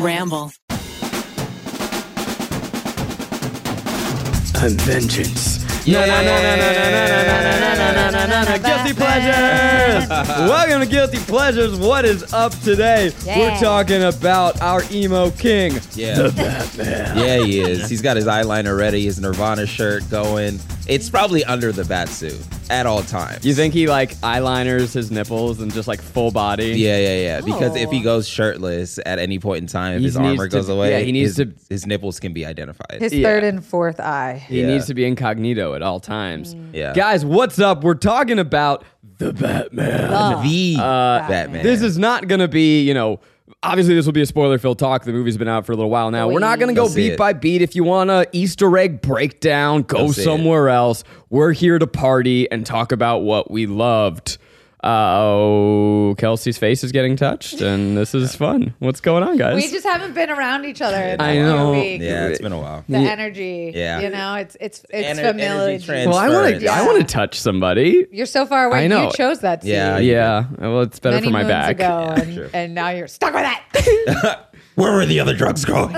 Ramble. and vengeance. Guilty pleasures. Welcome to Guilty Pleasures. What is up today? We're Yeah. talking about our emo king. Yeah. yeah, he is. He's got his eyeliner ready, his Nirvana shirt going. It's probably under the bat suit at all times. You think he like eyeliners his nipples and just like full body? Yeah, yeah, yeah. Because if he Oh. goes shirtless at any point in time, if He his needs armor to- goes away, yeah, he needs his, to- his nipples can be identified. His Yeah. third and fourth eye. He Yeah. needs to be incognito at all times. Yeah. Guys, what's up? We're talking about the Batman. the Batman. Batman. Uh, This is not going to be, you know, obviously this will be a spoiler filled talk. The movie's been out for a little while now. We're not going to go That's beat it. by beat. If you want a Easter egg breakdown, go That's it. somewhere else. We're here to party and talk about what we loved. Uh, oh, Kelsey's face is getting touched, and this is fun. What's going on, guys? We just haven't been around each other. In I a few know. weeks. yeah, it's been a while. The energy. Yeah. You know, it's it's it's Ener- familiar. energy trans- well, I want to. transference. I want to touch somebody. You're so far away. I know. You chose that scene. Yeah, I- Yeah. Well, it's better Many for my moons back. ago, and, sure. and now you're stuck with that. Where were the other drugs going?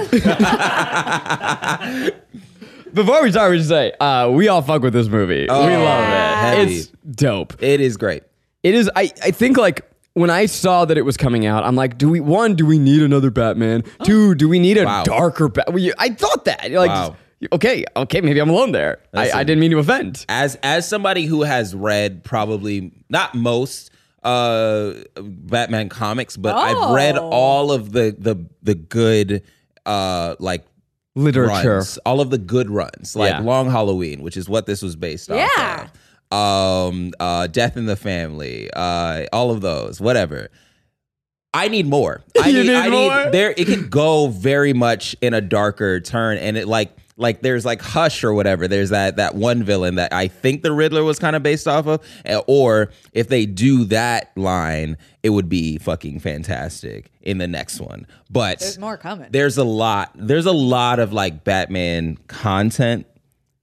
Before we start, we should say uh, we all fuck with this movie. we love Oh. yeah. it. Heavy. It's dope. it is great. It is. I, I think like when I saw that it was coming out, I'm like, do we one? Do we need another Batman? Two? Do we need a Wow. darker Batman? I thought that. Like, Wow. okay, okay, maybe I'm alone there. I, Listen. I didn't mean to offend. as as somebody who has read probably not most uh Batman comics, but I've read Oh. all of the the the good uh like Literature. runs, all of the good runs, like Yeah. Long Halloween, which is what this was based on. Yeah. Um, uh, Death in the Family, uh, all of those, whatever. I need more. I You need more? there. It can go very much in a darker turn, and it like like there's like Hush or whatever. There's that that one villain that I think the Riddler was kind of based off of, eh, or if they do that line, it would be fucking fantastic in the next one. But There's more coming. there's a lot there's a lot of like batman content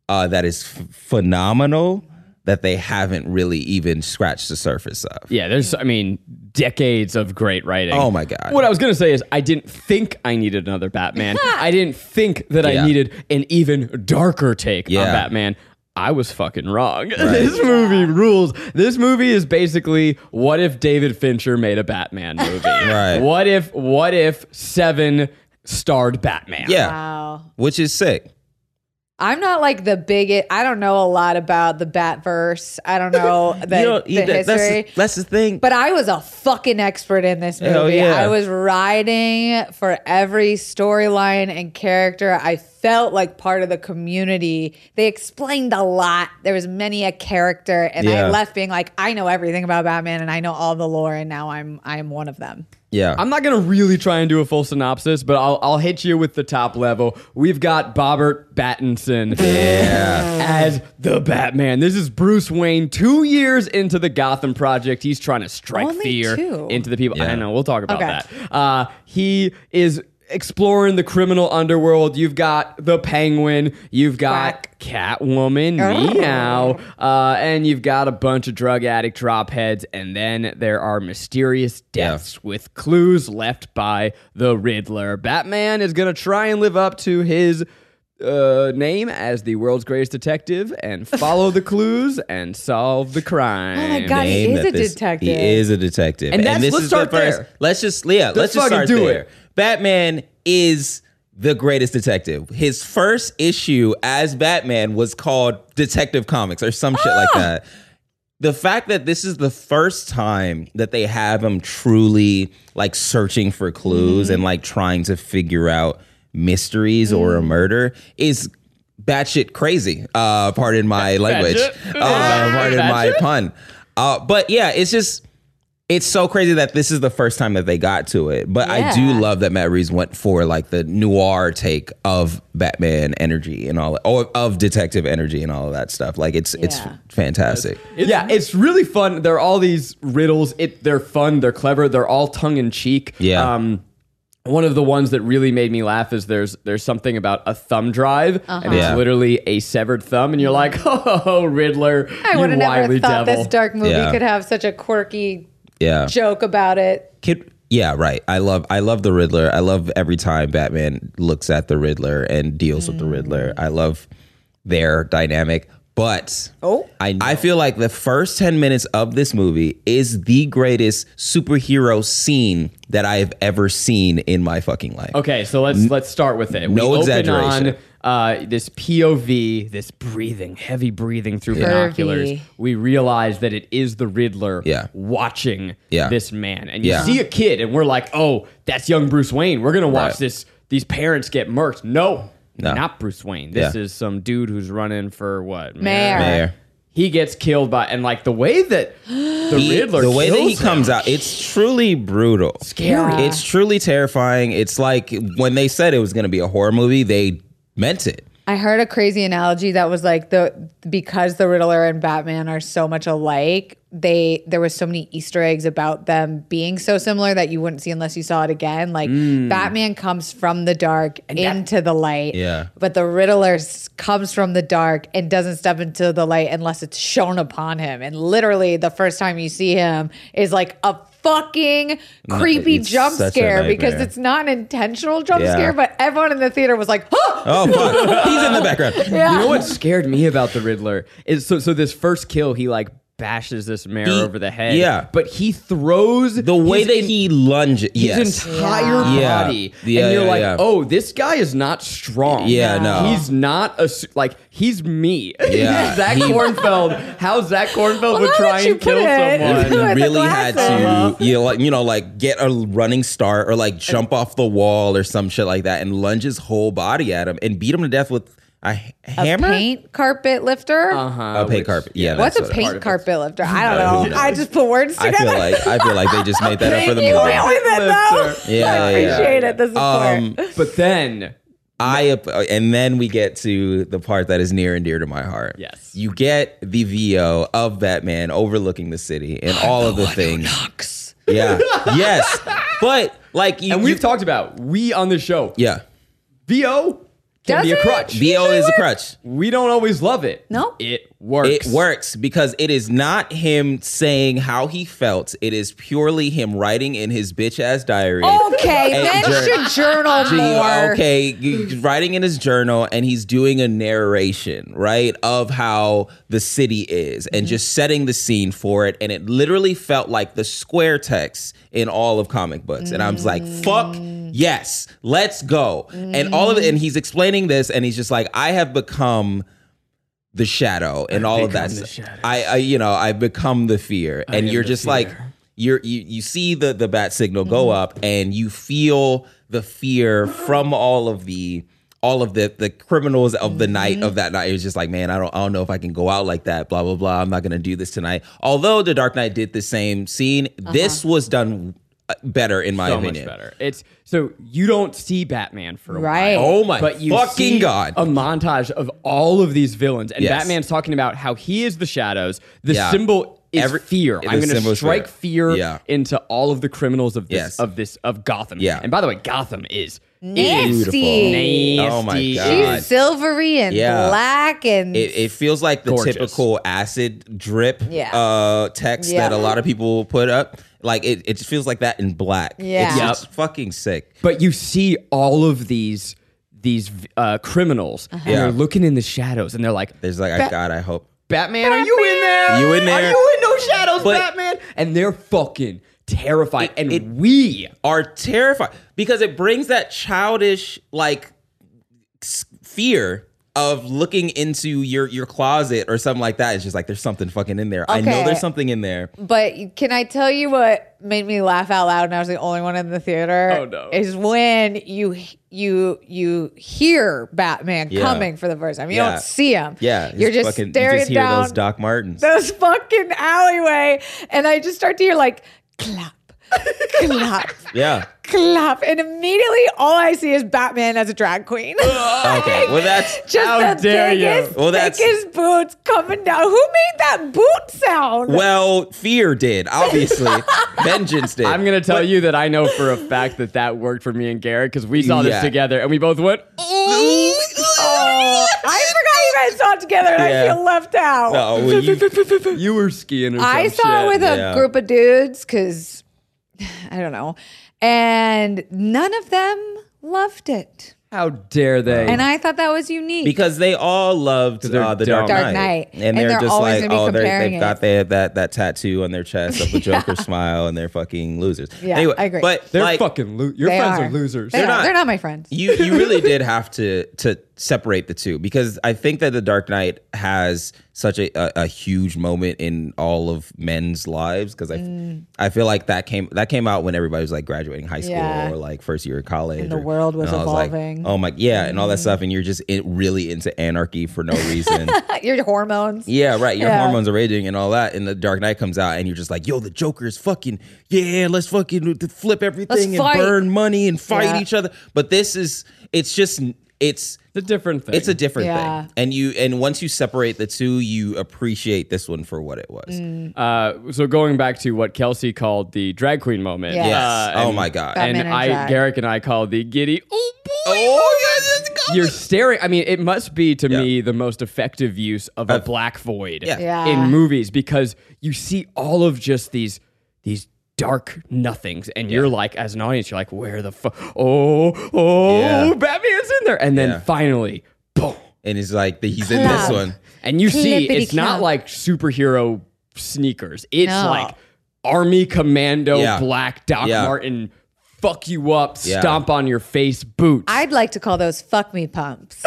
uh that is f- phenomenal that they haven't really even scratched the surface of Yeah, there's. I mean, decades of great writing. Oh my God. What I was gonna say is, I didn't think I needed another Batman. I didn't think that I Yeah. needed an even darker take on Yeah. Batman. I was fucking wrong. this movie rules. This movie is basically what if David Fincher made a Batman movie? Right. What if what if Seven starred Batman? yeah wow. which is sick I'm not like the bigot. I don't know a lot about the Batverse. I don't know the, You know, the that- that's, history. that's the thing But I was a fucking expert in this Hell movie. yeah. I was riding for every storyline and character. I felt like part of the community. They explained a lot. There was many a character, and Yeah. I left being like, I know everything about Batman, and I know all the lore, and now I'm I am one of them. yeah I'm not gonna really try and do a full synopsis, but I'll, I'll hit you with the top level. We've got Bobbert Pattinson as the Batman. This is Bruce Wayne. Two years into the Gotham project, he's trying to strike Only fear two. into the people. I Yeah. know we'll talk about Okay. that. Uh, he is exploring the criminal underworld. You've got the Penguin. You've got. Quack. Catwoman, Oh. meow, uh, and you've got a bunch of drug addict drop heads, and then there are mysterious deaths with clues left by the Riddler. Batman is gonna try and live up to his uh, name as the world's greatest detective and follow the clues and solve the crime. Oh my God, he name is that a this- detective. He is a detective. And that's- this let's is start the first. there. Let's just yeah, let's, just fucking start do there. it. Batman is the greatest detective. His first issue as Batman was called Detective Comics or some shit Ah! like that. The fact that this is the first time that they have him truly like searching for clues Mm-hmm. and like trying to figure out mysteries or Mm-hmm. a murder is batshit crazy. Uh, pardon my language. Batshit. Uh, pardon my pun. Uh, but yeah, it's just it's so crazy that this is the first time that they got to it. But I do Yeah. love that Matt Reeves went for like the noir take of Batman energy and all or of detective energy and all of that stuff. Like it's it's Yeah. fantastic. yeah, it's really fun. There are all these riddles. It they're fun. They're clever. They're all tongue in cheek. Yeah. Um, one of the ones that really made me laugh is there's there's something about a thumb drive, and it's Yeah. literally a severed thumb, and you're like, oh, Riddler, I you would have never wily thought devil. this dark movie Yeah. could have such a quirky Yeah. joke about it. Can Yeah, right. I love I love the Riddler. I love every time Batman looks at the Riddler and deals with the Riddler. Mm. I love their dynamic. But Oh. I I feel like the first 10 minutes of this movie is the greatest superhero scene that I have ever seen in my fucking life. Okay, so let's let's start with it. no we exaggeration. Open on, uh, this POV, this breathing, heavy breathing through binoculars. Curvy. We realize that it is the Riddler Yeah. watching Yeah. this man, and you Yeah. see a kid, and we're like, "Oh, that's young Bruce Wayne. We're gonna watch Right. this. These parents get murked." No, No. not Bruce Wayne. This Yeah. is some dude who's running for what Mayor. Mayor. He gets killed by, and like the way that the He- Riddler, the way that he kills him, comes out, it's truly brutal. scary. Yeah. It's truly terrifying. It's like when they said it was going to be a horror movie, they meant it. I heard a crazy analogy that was like the because the Riddler and Batman are so much alike, they there was so many Easter eggs about them being so similar that you wouldn't see unless you saw it again. Like Mm. Batman comes from the dark into the light. Yeah. But the Riddler s- comes from the dark and doesn't step into the light unless it's shown upon him. And literally the first time you see him is like a fucking creepy it's jump such a scare because nightmare. it's not an intentional jump Yeah. scare, but everyone in the theater was like, huh! Oh fuck, he's in the background. Yeah. You know what scared me about the Riddler is so so this first kill he like bashes this mare He- over the head. yeah. but he throws The way his that en- he lunges, his yes, entire Yeah. body, Yeah, and you're yeah, like, yeah. oh, this guy is not strong. Yeah, no. he's not a su- like he's me. Yeah. Zach He- Cornfeld. How Zach Cornfeld Well, would now try that you and kill put it- someone. you With the really had to, glasses. Uh-huh. you know, like you know, like get a running start or like jump off the wall or some shit like that, and lunge his whole body at him and beat him to death with a h- hammer, paint carpet lifter. a Uh-huh. paint carpet. Yeah, What's Uh, that's a what it- paint carpet lifter? I Uh, who don't know. I knows? just put words I together. feel like I feel like they just made that up for the you movie. really did though. Lifter. Yeah, I yeah, yeah. appreciate it. This is Um, But then I and then we get to the part that is near and dear to my heart. Yes. you get the VO of Batman overlooking the city and all of the things. Yeah, yes, but like you, and we've you- talked about we on the show. yeah, VO can Does be a it? crutch. VO is a crutch. we don't always love it. No. It works. It works because it is not him saying how he felt. It is purely him writing in his bitch ass diary. Okay, Hey, men Jer- should journal Gee, more. Okay, he's writing in his journal and he's doing a narration, right, of how the city is and just setting the scene for it. And it literally felt like the square text in all of comic books. And I was like, fuck yes, let's go. And all of it, and he's explaining this and he's just like, I have become the shadow and all of that become the stuff. shadow. I, I you know, I become the fear. and am you're the just like fear. Mm-hmm. you're you, you see the the bat signal go up and you feel the fear from all of the all of the the criminals of the Mm-hmm. night of that night. It was just like, man, I don't I don't know if I can go out like that, blah, blah, blah. I'm not gonna do this tonight. Although the Dark Knight did the same scene, this was done uh, better in my Uh-huh. so much opinion. better. It's so you don't see Batman for a Right. while. Oh my But you fucking see God. a montage of all of these villains, and Yes. Batman's talking about how he is the shadows. The Yeah. symbol is Every- fear. the I'm going symbol to is strike fear, fear. Yeah. into all of the criminals of this Yes. of this of Gotham. Yeah. And by the way, Gotham is Beautiful. Nasty. Oh my Nasty. God. She's silvery and Yeah. black and It, it feels like the Gorgeous. typical acid drip Yeah. uh, text Yeah. that a lot of people put up. Like it, it just feels like that in black. Yeah. It's Yep. just fucking sick. but you see all of these these uh, criminals, and Yeah. they're looking in the shadows, and they're like, There's like, I God, I hope. Batman, are you in there? You in Are there? you in those shadows, But- Batman? And they're fucking terrified. and we Are terrified because it brings that childish like s- fear of looking into your your closet or something like that. It's just like there's something fucking in there. I know Okay. there's something in there. But can I tell you what made me laugh out loud? And I was the only one in the theater. Oh, no. Is when you you you hear Batman Yeah. coming for the first time. You Yeah. don't see him. Yeah, you're just fucking, staring you just hear down those Doc Martens. this fucking alleyway, and I just start to hear like clap, clap, yeah. clap, and immediately all I see is Batman as a drag queen. Oh Okay. Well, that's Just How the dare you. biggest, Well, that's- biggest boots coming down. Who made that boot sound? Well, fear did, obviously. Vengeance did. I'm gonna tell you that I know for a fact that that worked for me and Garrett because we saw Yeah. this together and we both went. Oh, I forgot you guys saw it together, and Yeah. I feel left out. Oh, well, you- You were skiing. Or I some saw shit. it with a Yeah. group of dudes because I don't know. And none of them loved it. How dare they? And I thought that was unique. because they all loved they're uh, the Dark, dumb. Dark Knight. and, And they're, they're just always like, gonna be oh, they're, comparing they've it. got their, that that tattoo on their chest of the Joker smile, and they're fucking losers. Yeah, anyway, I agree. But they're like, fucking lo- your They friends are, losers. They They're are. not. They're not my friends. you you really did have to to separate the two because I think that the Dark Knight has such a, a, a huge moment in all of men's lives because I Mm. I feel like that came that came out when everybody was like graduating high school Yeah. or like first year of college And the or- world was and I like, evolving. Mm. oh my yeah and all that stuff and you're just in, really into anarchy for no reason Your hormones. Yeah, right. Your Yeah. hormones are raging and all that. And the Dark Knight comes out, and you're just like, yo, the Joker's fucking, yeah, let's fucking flip everything and fight." burn money and fight Yeah. each other. But this is, it's just, it's, it's a different thing. it's a different Yeah. thing. And you, and once you separate the two, you appreciate this one for what it was. Mm. Uh, so going back to what Kelsey called the drag queen moment. Yes. Yes. uh, oh and- my God. That- And Batman in I, drag. Garrick and I called the giddy. Oh boy. oh, yeah, let's go. You're staring. I mean, it must be to me the most effective use of a black void Yeah. Yeah. in movies because you see all of just these these dark nothings, and you're like, as an audience, you're like, where the fuck? Oh, oh, Yeah. Batman's in there, and then Yeah. finally, boom, and it's like, he's in this Clap. one. and you see Clippity it's not clop. like superhero sneakers; it's No. like army commando Yeah. black Doc Yeah. Martin. Fuck you up, Yeah. stomp on your face, boots. I'd like to call those fuck me pumps.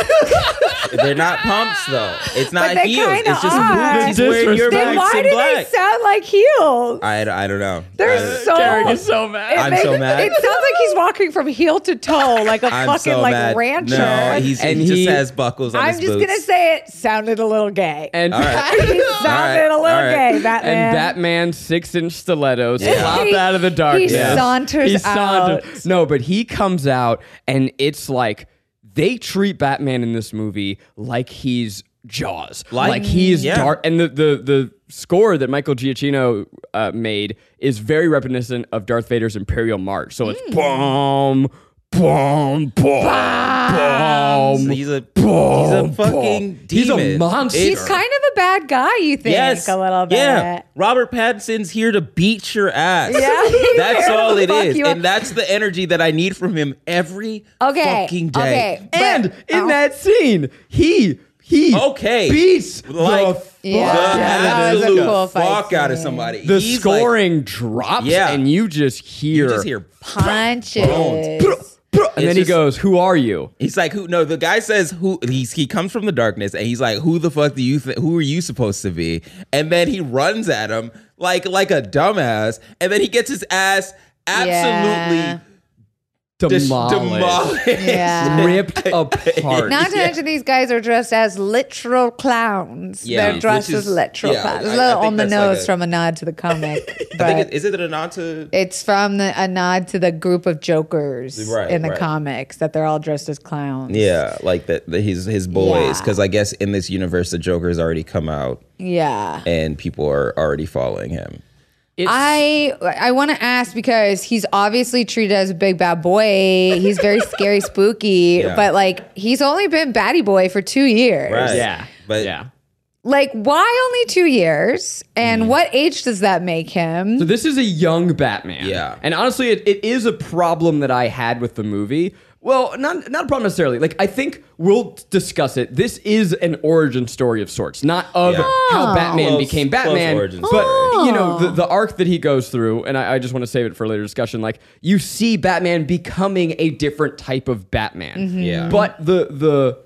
They're not pumps though. It's not they heels. kinda It's just are. boots. He's wearing your Disrespect. then Then boots why in do black. they sound like heels? I, I don't know. They're I- so Garrick is so mad. I'm so mad. It sounds like he's walking from heel to toe like a I'm fucking so like mad. rancher. No, he's, And he, he- just has buckles on I'm his just boots. gonna say it sounded a little gay. and right. he sounded a all little right. gay, Batman. and Batman's six inch stilettos Yeah. flop He- out of the he darkness. saunters out. No, but he comes out and it's like they treat Batman in this movie like he's Jaws, Like- like, he's Yeah. dark. And the the the score that Michael Giacchino uh, made is very reminiscent of Darth Vader's Imperial March. So it's Hmm. boom, boom, boom, um, Um, boom. So he's a he's a fucking demon. He's a monster. It's- he's kind of a bad guy, you think, yes, a little bit. Yeah, Robert Pattinson's here to beat your ass. Yeah, he's that's here to all it fuck is, you up. and that's the energy that I need from him every Okay, fucking day. okay, And But- in Ow. that scene, he he Okay. beats Like, the, fuck Yeah. out the that of was a this- absolute cool fight fuck out of scene. somebody. the He's like- scoring drops Yeah. and you just hear you just hear. punches. and then It's he just- goes, "Who are you?" He's like, who? No, the guy says who? He's he comes from the darkness, and he's like, who the fuck do you? Th- who are you supposed to be? And then he runs at him like like a dumbass, and then he gets his ass absolutely Yeah. dis- Demolished. demolished. Yeah. Ripped apart. Not to mention these guys are dressed as literal clowns. Yeah, They're dressed which as is- literal yeah, clowns. I- I a little think on the that's like nose a- from a nod to the comic. but I think it, is it a nod to? it's from the, a nod to the group of jokers Right, in the right. comics that they're all dressed as clowns. Yeah, like that. that His his boys, Yeah. because I guess in this universe, the Joker's already come out, Yeah. and people are already following him. It's- I I want to ask because he's obviously treated as a big bad boy. He's very scary, spooky, Yeah. but like he's only been batty boy for two years. yeah, but yeah. Like, why only two years? Mm. And what age does that make him? So this is a young Batman. Yeah. And honestly, it, it is a problem that I had with the movie. Well, not not a problem necessarily. Like I think we'll discuss it. This is an origin story of sorts, not of Yeah. Ah. how Batman Close- became close Batman, origin but story. you know the, the arc that he goes through. And I, I just want to save it for later discussion. Like you see Batman becoming a different type of Batman. Mm-hmm. Mm. Yeah. But the the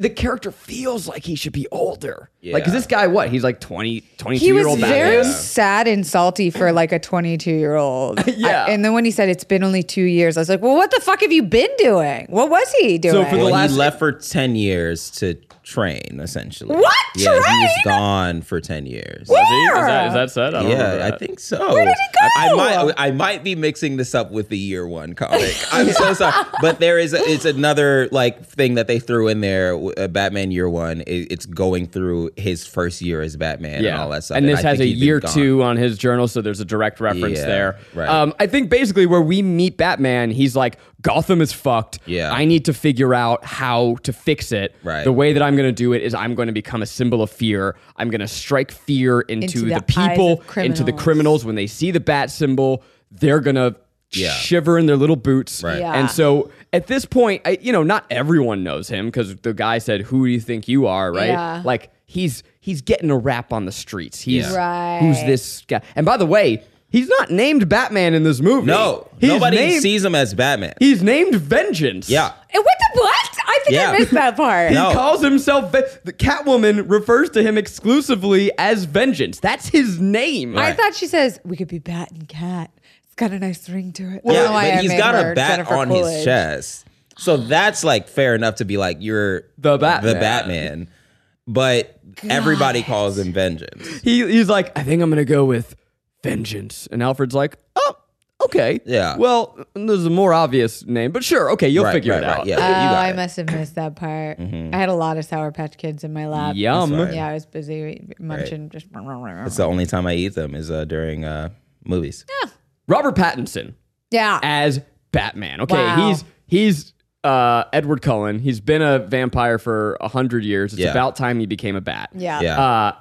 the character feels like he should be older. Like 'cause Like, Yeah. is this guy what? He's like 20, 22 he year was old very Batman. sad and salty for like a 22 year old. Yeah. and then when he said it's been only two years, I was like, well, what the fuck have you been doing? What was he doing? for the Well, last- he left for ten years to train, essentially. What? Yeah, he was Train? gone for ten years. Is Where? that, is that said? I don't remember Yeah, that. I think so. Where did it I, I go? might, I might be mixing this up with the year one comic. I'm so sorry, but there is a, it's another like thing that they threw in there. Uh, Batman Year One. It, it's going through his first year as Batman and all that stuff. And this I has think a he'd been year gone. two on his journal, so there's a direct reference Yeah, there. right. Um, I think basically where we meet Batman, he's like, Gotham is fucked. Yeah. I need to figure out how to fix it. Right. The way that I'm going to do it is I'm going to become a symbol of fear. I'm going to strike fear into, Into the, the eyes people, of into the criminals. criminals. When they see the bat symbol, they're gonna Yeah. shiver in their little boots. Right. Yeah. And so at this point, I, you know, not everyone knows him because the guy said, "Who do you think you are?" Right? Yeah. Like he's he's getting a rap on the streets. He's Yeah. Right. who's this guy? And by the way, he's not named Batman in this movie. No, he's nobody named, sees him as Batman. He's named Vengeance. yeah. And what the what? I think Yeah. I missed that part. No. He calls himself Ve- the Catwoman refers to him exclusively as Vengeance. That's his name. I Right. thought she says we could be bat and cat. It's got a nice ring to it. I don't Yeah, know why but Oh, I he's made got her a bat Jennifer on his Coolidge. chest. So that's like fair enough to be like you're The Batman. The Batman. But everybody calls him Vengeance. He he's like, I think I'm gonna go with Vengeance. And Alfred's like, Oh, okay. Yeah. Well, there's a more obvious name, but sure, okay, you'll Right, figure right, it right, out. yeah. Oh, You got I it. must have missed that part. I had a lot of Sour Patch Kids in my lap. Yum. That's right. Yeah, I was busy munching. Just It's the only time I eat them is uh, during uh, movies. Robert Pattinson yeah. as Batman. Okay, Wow. he's he's uh, Edward Cullen. He's been a vampire for a hundred years. It's Yeah. about time he became a bat. yeah, Yeah. Uh,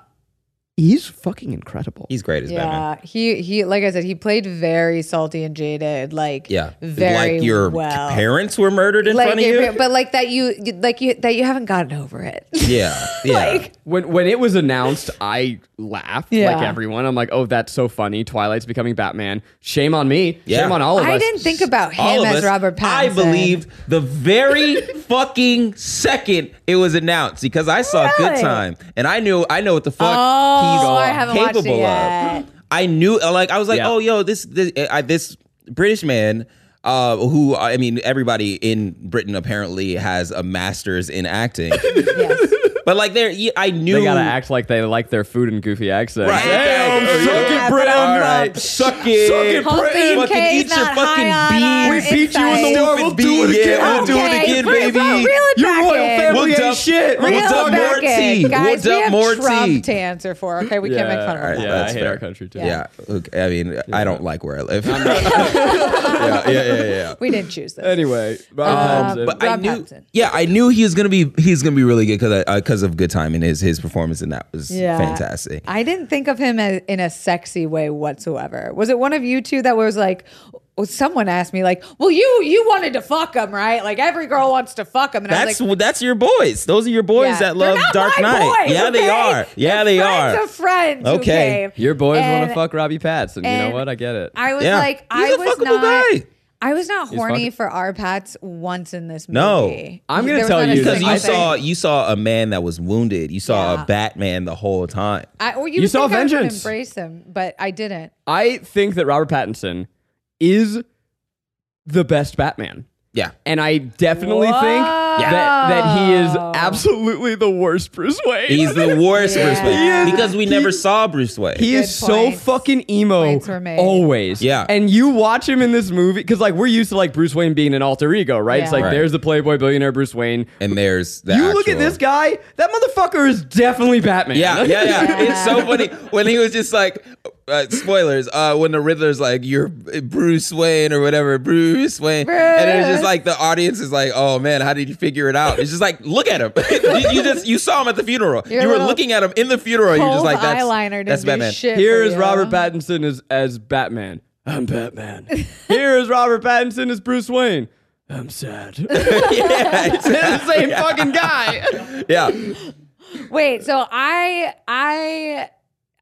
he's fucking incredible. He's great as Batman. Yeah. He he, like I said, he played very salty and jaded. Like Yeah. very like your well. parents were murdered in like front of your you. par- but like that you like you that you haven't gotten over it. yeah. Yeah. When when it was announced, I laughed like Yeah. everyone. I'm like, oh, that's so funny. Twilight's becoming Batman. Shame on me. Yeah. Shame on all of us. I didn't think about All him of as us, Robert Pattinson. I believed the very fucking second it was announced because I saw Good Really? Time and I knew I know what the fuck Oh, he's I haven't watched it capable yet. of. I knew like I was like, Yeah. oh yo, this this I, this British man. Uh, who I mean, everybody in Britain apparently has a master's in acting, Yes. but like there, yeah, I knew They gotta act like they like their food and goofy accents. Right. Damn, Yeah. suck Yeah, it, Britain. but I'm All not- right. Suck it, Suck it, Hopefully Britain. you Fucking K's eat your not fucking high on beans. We our beat you in insides. the war. We'll Stupid do it bean. again. Yeah, we'll do it Okay, again, bro- baby. bro, reel it Your back royal in. family We'll ain't dump- shit. we'll Reel We'll it dump talk more back in. tea. We'll Guys, we dump have more Trump tea. to answer for. Okay, we can't make fun of all him. right, Yeah, Yeah, that's I hate fair. our country too. Yeah, okay. I mean, I don't like where I live. yeah, yeah, yeah, yeah. Um, We didn't choose this. Anyway, Um, Robert Pattinson. but I Rob knew, Pattinson. yeah, I knew he was gonna be he's gonna be really good because because of good time and his his performance and that was fantastic. I didn't think of him as, in a sexy way whatsoever. Was it one of you two that was like, well, someone asked me like, well, you you wanted to fuck him, right? Like every girl wants to fuck him, and I was That's like, that's your boys. Those are your boys Yeah. that They're love not Dark my Knight. boys, yeah, they okay? are. Yeah, they friends are. of friends. Okay. okay? Your boys want And- to fuck Robbie Pattinson. You and know what? I get it. I was Yeah. like, He's I a was fuckable not. guy. I was not horny fucking- for our Pats once in this movie. No. I'm gonna There was tell not you a that Because single you I thing. saw you saw a man that was wounded. You saw Yeah. a Batman the whole time. I, or you You would saw think I would vengeance. Embrace him, but I didn't. I think that Robert Pattinson is the best Batman. Yeah. And I definitely think that, that he is absolutely the worst Bruce Wayne. He's the worst Bruce Yeah. Wayne because we never saw Bruce Wayne. He Good is so points. fucking emo Points were made. always. Yeah. And you watch him in this movie because like we're used to like Bruce Wayne being an alter ego, right? It's Yeah. like Right. there's the Playboy billionaire Bruce Wayne. and there's the you look at actual- this guy, that motherfucker is definitely Batman. Yeah, yeah, yeah. Yeah. It's so funny when he was just like, uh, spoilers. Uh, when the Riddler's like, "You're Bruce Wayne" or whatever, Bruce Wayne, and it's just Bruce. like the audience is like, "Oh man, how did you figure it out?" It's just like, look at him. you, you just you saw him at the funeral. Your you were little looking at him in the funeral. You're just Cold like, "That's eyeliner didn't that's do Batman." shit for Here is you. Robert Pattinson as, as Batman. I'm Batman. Here is Robert Pattinson as Bruce Wayne. I'm sad. They're yeah, the same fucking guy. yeah. Wait, so I I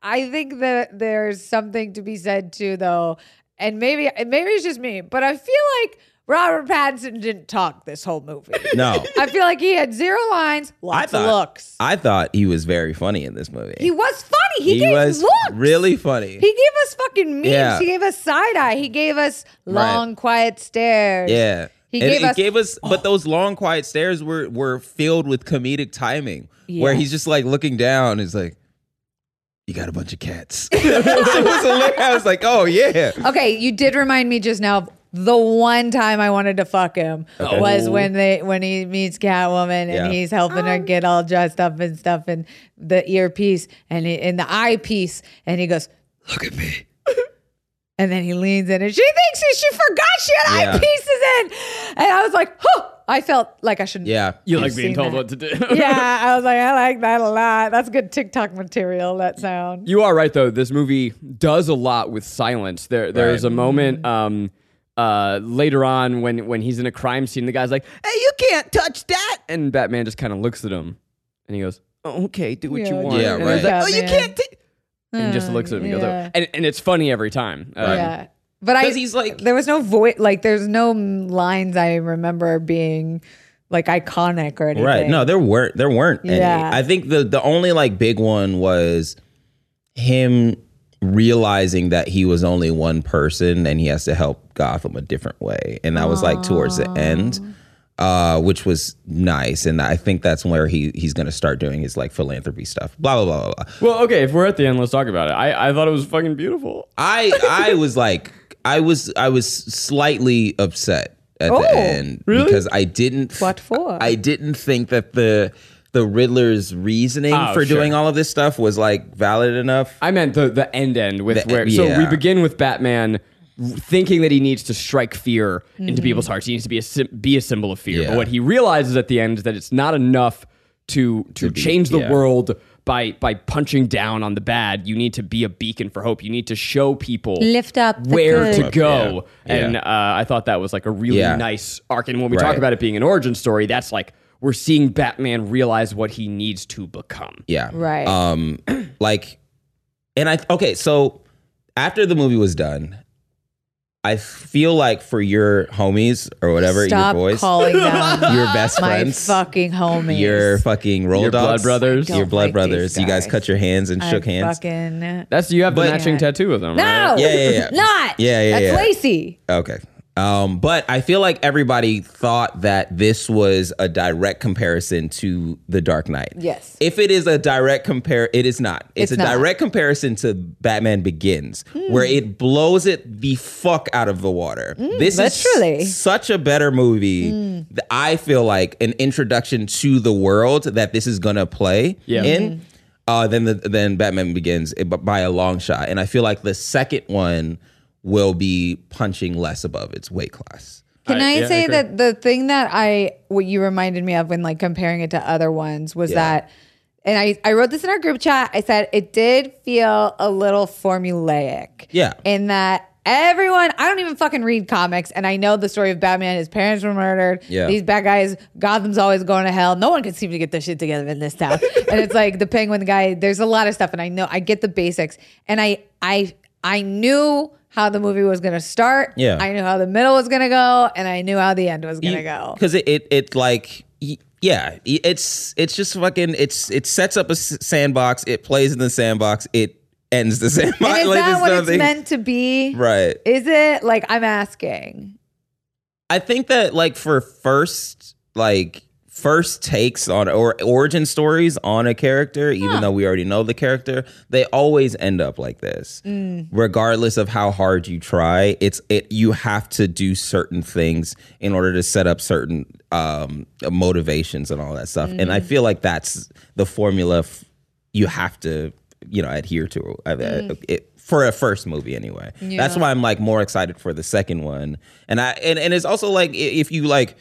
I think that there's something to be said too though. And maybe maybe it's just me, but I feel like Robert Pattinson didn't talk this whole movie. No, I feel like he had zero lines, I lots thought of looks. I thought he was very funny in this movie. he was funny. He, gave was looks. really funny. He gave us fucking memes. Yeah. He gave us side eye. He gave us long, quiet stares. Yeah. He and gave it us- Oh. gave us but those long quiet stares were were filled with comedic timing where Yeah. he's just like looking down he's like you got a bunch of cats. it was hilarious. I was like, "Oh yeah." Okay, you did remind me just now. of The one time I wanted to fuck him was when they when he meets Catwoman and Yeah. he's helping her get all dressed up and stuff, and the earpiece and he, and the eyepiece, and he goes, "Look at me," and then he leans in and she thinks that she forgot she had Yeah. eyepieces in, and I was like, "Huh." I felt like I shouldn't. Yeah. You like being seen told that. what to do. yeah. I was like, I like that a lot. That's good TikTok material. That sound. You are right though. This movie does a lot with silence. There there's Right. a moment Mm-hmm. um uh later on when when he's in a crime scene the guy's like, "Hey, you can't touch that." And Batman just kind of looks at him and he goes, oh, "Okay, do what Yeah, you want." Yeah, and he's right. like, "Oh, you Batman. can't." T-. And he just looks at him and goes, Yeah. oh. and, and it's funny every time. Uh, Yeah. But I, 'Cause he's like- there was no voice, like, there's no mm, lines I remember being like iconic or anything. Right. No, there weren't there weren't any. Yeah. I think the the only like big one was him realizing that he was only one person and he has to help Gotham a different way. And that was like towards the end. Uh, which was nice, and I think that's where he he's gonna start doing his like philanthropy stuff. Blah blah blah blah. blah. Well, okay, if we're at the end, let's talk about it. I, I thought it was fucking beautiful. I I was like I was I was slightly upset at Oh, the end really? because I didn't What for? I didn't think that the the Riddler's reasoning Oh, for sure. doing all of this stuff was like valid enough. I meant the the end end with The- e- where. So we yeah. begin with Batman thinking that he needs to strike fear Mm-hmm. into people's hearts. He needs to be a sy- be a symbol of fear. But Yeah. what he realizes at the end is that it's not enough to to, change the yeah. world by by punching down on the bad. You need to be a beacon for hope. You need to show people Lift up the where good. to go. Yeah. And Yeah. Uh, I thought that was like a really Yeah. nice arc. And when we talk Right. about it being an origin story, that's like we're seeing Batman realize what he needs to become. Yeah. Right. Um like and I okay, so after the movie was done, I feel like for your homies or whatever, Stop your boys, calling them your best my friends, fucking homies. your fucking roll Your blood dogs, brothers. your Don't blood like these brothers. You guys guys. cut your hands and I shook hands. Fucking no. That's you have the But- matching Yeah. tattoo of them. right? Yeah, yeah, yeah. Not. Yeah, yeah, That's yeah. Lacey. Okay. Um, but I feel like everybody thought that this was a direct comparison to The Dark Knight. Yes. If it is a direct compare, it is not. It's, It's a not. Hmm. direct comparison to Batman Begins, where it blows it the fuck out of the water. this literally. Mm. is such a better movie. that I feel like an introduction to the world that this is gonna play Yeah. Mm-hmm. in. Uh, then the then Batman Begins eh, b- by a long shot, and I feel like the second one will be punching less above its weight class. Can I- I, yeah, I say agree. that the thing that I what you reminded me of when like comparing it to other ones was that and I, I wrote this in our group chat. I said it did feel a little formulaic. Yeah. In that everyone, I don't even fucking read comics, and I know the story of Batman. His parents were murdered. Yeah. These bad guys, Gotham's always going to hell. No one can seem to get their shit together in this town. and it's like the penguin guy, there's a lot of stuff, and I know I get the basics. And I I I knew how the movie was gonna start. Yeah. I knew how the middle was gonna go, and I knew how the end was gonna go. because E it, it it like y- yeah y- it's it's just fucking it's it sets up a s- sandbox it plays in the sandbox it ends the sandbox And is Like, that there's what it's nothing- meant to be? right Is it like I'm asking? i think that like for first like first takes on or origin stories on a character even though we already know the character they always end up like this regardless of how hard you try it's it you have to do certain things in order to set up certain um motivations and all that stuff and i feel like that's the formula f- you have to you know adhere to uh, Mm-hmm. it, for a first movie anyway that's why i'm like more excited for the second one and i and, and it's also like i- if you like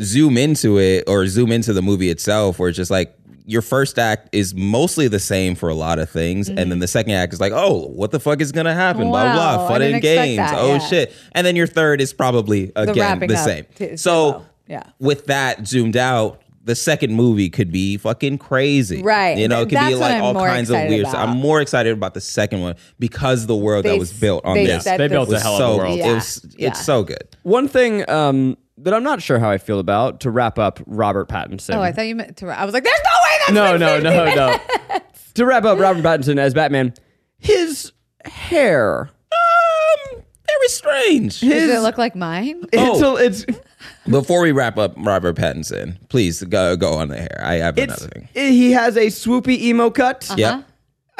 zoom into it or zoom into the movie itself where it's just like your first act is mostly the same for a lot of things and then the second act is like oh what the fuck is gonna happen blah blah Mm-hmm. Wow, blah I fun didn't and expect games that, oh yeah. shit and then your third is probably again the, wrapping up same to- so yeah. with that zoomed out the second movie could be fucking crazy Right. you know it could That's be what like I'm all more kinds of excited weird about. i'm more excited about the second one because the world They that was s- built on they this said They this built a was- hell was of a so world. it Yeah. was Yeah. it's so good One thing um, that I'm not sure how I feel about to wrap up Robert Pattinson. Oh, I thought you meant to. I was like, there's no way that's no, been no, 50 no, minutes. no. To wrap up Robert Pattinson as Batman, his hair. um very strange Does His- it look like mine? Oh. It's, it's, Before we wrap up Robert Pattinson, please go go on the hair. I have it's, another thing. he has a swoopy emo cut. Yeah.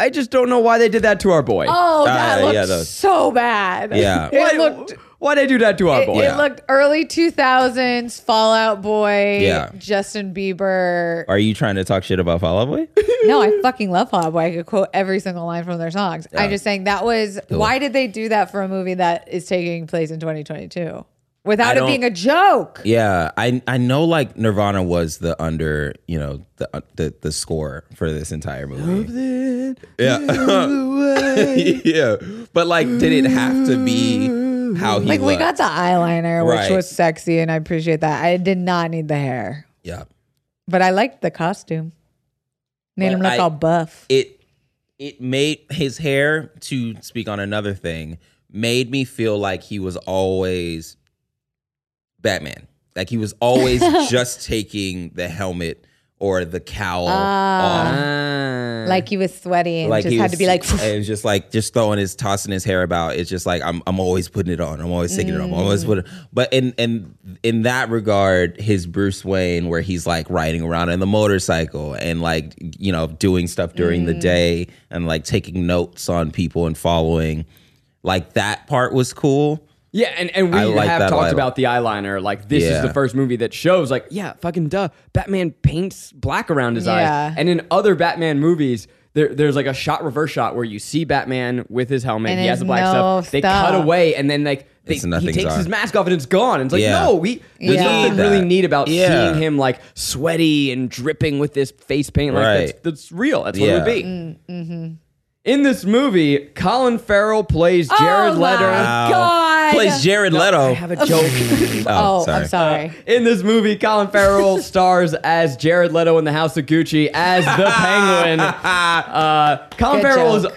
I just don't know why they did that to our boy. Uh-huh. Oh, that Uh, looked yeah, those- so bad. Yeah. why, it looked why they do that to our It, boy? it looked early 2000s Fallout Boy, Yeah. Justin Bieber. Are you trying to talk shit about Fall Out Boy? No, I fucking love Fallout Boy. I could quote every single line from their songs. I'm just saying that was why did they do that for a movie that is taking place in 2022? without I it don't- being a joke. Yeah, I I know like Nirvana was the under, you know, the uh, the the score for this entire movie. Yeah. yeah. But like did it have to be how he Like we looked? got the eyeliner, which Right. was sexy, and I appreciate that. I did not need the hair, Yeah. but I liked the costume. Made But him look I- all buff. It it made his hair to speak on another thing made me feel like he was always Batman. Like he was always just taking the helmet or the cowl off. Ah. like he was sweaty and just he had was- to be like, it was just like just throwing his tossing his hair about. It's just like I'm I'm always putting it on. I'm always taking it on. I'm Mm. always putting. But in in in that regard, his Bruce Wayne, where he's like riding around in the motorcycle and like you know doing stuff during Mm. the day and like taking notes on people and following, like that part was cool. Yeah, and, and we I like have that talked light. about the eyeliner. Like this is Yeah. the first movie that shows like, yeah, fucking duh. Batman paints black around his Yeah. eyes. And in other Batman movies, there, there's like a shot reverse shot where you see Batman with his helmet, And he has the there's black no stuff. They cut stuff. away and then like they, It's he nothing's takes his on. mask off and it's gone. It's like, Yeah. no, we there's Yeah. nothing Need really that. neat about Yeah. seeing him like sweaty and dripping with this face paint. Like Right. that's, that's real. That's what it would Yeah. be. Mm-hmm. In this movie, Colin Farrell plays Jared oh Leto. My God. Plays Jared Leto. I have a joke. oh, I'm Uh, sorry. In this movie, Colin Farrell stars as Jared Leto in the House of Gucci as the Penguin. Uh, Colin Good Farrell joke. is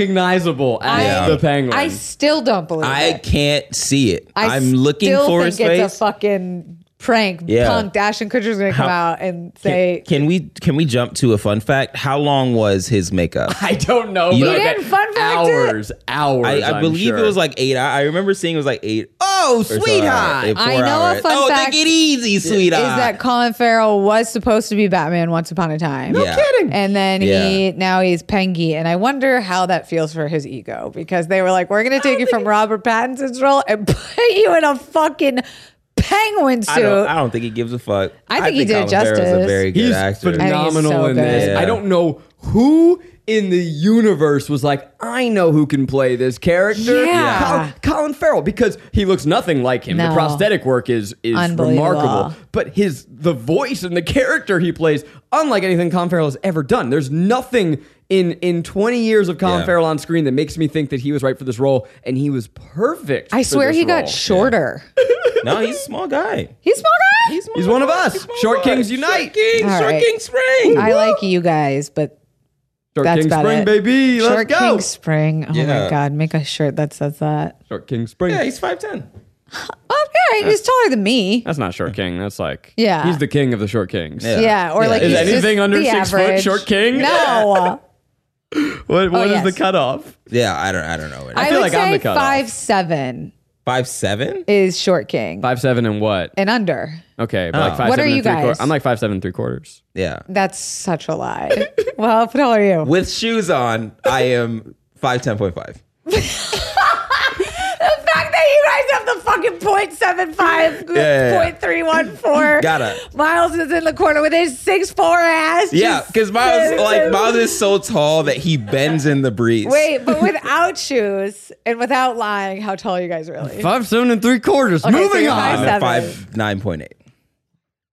unrecognizable as I- the Penguin. I still don't believe I it. can't see it. I I am looking still for his think face. it's a fucking prank. Yeah. Punk Ashton Kutcher's gonna come out and say, can, can we can we jump to a fun fact? How long was his makeup? I don't know. You but I didn't bet fun fact it? hours, hours. I, I I'm believe sure. it was like eight. I, I remember seeing it was like eight. Oh, sweetheart. I know a fun oh, fact take it easy, sweetheart. is that Colin Farrell was supposed to be Batman once upon a time. No Yeah. kidding. And then he now he's Pengy, and I wonder how that feels for his ego because they were like, "We're gonna take you from Robert Pattinson's role and put you in a fucking penguin I don't, I suit." don't think he gives a fuck. I think he did Colin Farrell's justice. a very good He's actor. phenomenal so in good. this. Yeah. I don't know who in the universe was like, I know who can play this character. Yeah. Colin, Colin Farrell, because he looks nothing like him. No. The prosthetic work is is Unbelievable. remarkable. But his the voice and the character he plays, unlike anything Colin Farrell has ever done. There's nothing in in 20 years of Colin Yeah. Farrell on screen that makes me think that he was right for this role, and he was perfect. I for swear this he role. got shorter. no, he's a small guy. He's small guy. He's, a small He's one of us. He's a small Short guy. Kings Short unite. King, All Short right. King Spring. I like you guys, but Short that's King about Spring, it. baby. Let's Short go. King Spring. Oh my Yeah. god, make a shirt that says that. Short King Spring. Yeah, he's five ten. Oh yeah, he's taller than me. That's not short king. That's like Yeah. He's the king of the short kings. Yeah. Yeah, or Yeah. like Is he's anything just under the six foot average. short king? No. What, what is Oh, yes. the cutoff? Yeah, I don't. I don't know. I, feel would like say I'm the cutoff. five seven five seven. is short king Five seven and what? and under. Okay, but like five What seven are and you three quarters. guys? I'm like five seven and three quarters. Yeah, That's such a lie. well, how tall are you? with shoes on, I am five ten point five. The fact that you guys have the fucking point seven five, yeah, yeah. point three one four. Gotta. Miles is in the corner with his six four ass. Yeah, Just- because Miles like Miles is so tall that he bends in the breeze. Wait, but without shoes and without lying, how tall are you guys really? Five seven and three quarters. so Moving you're on. five I'm seven. at five nine point eight.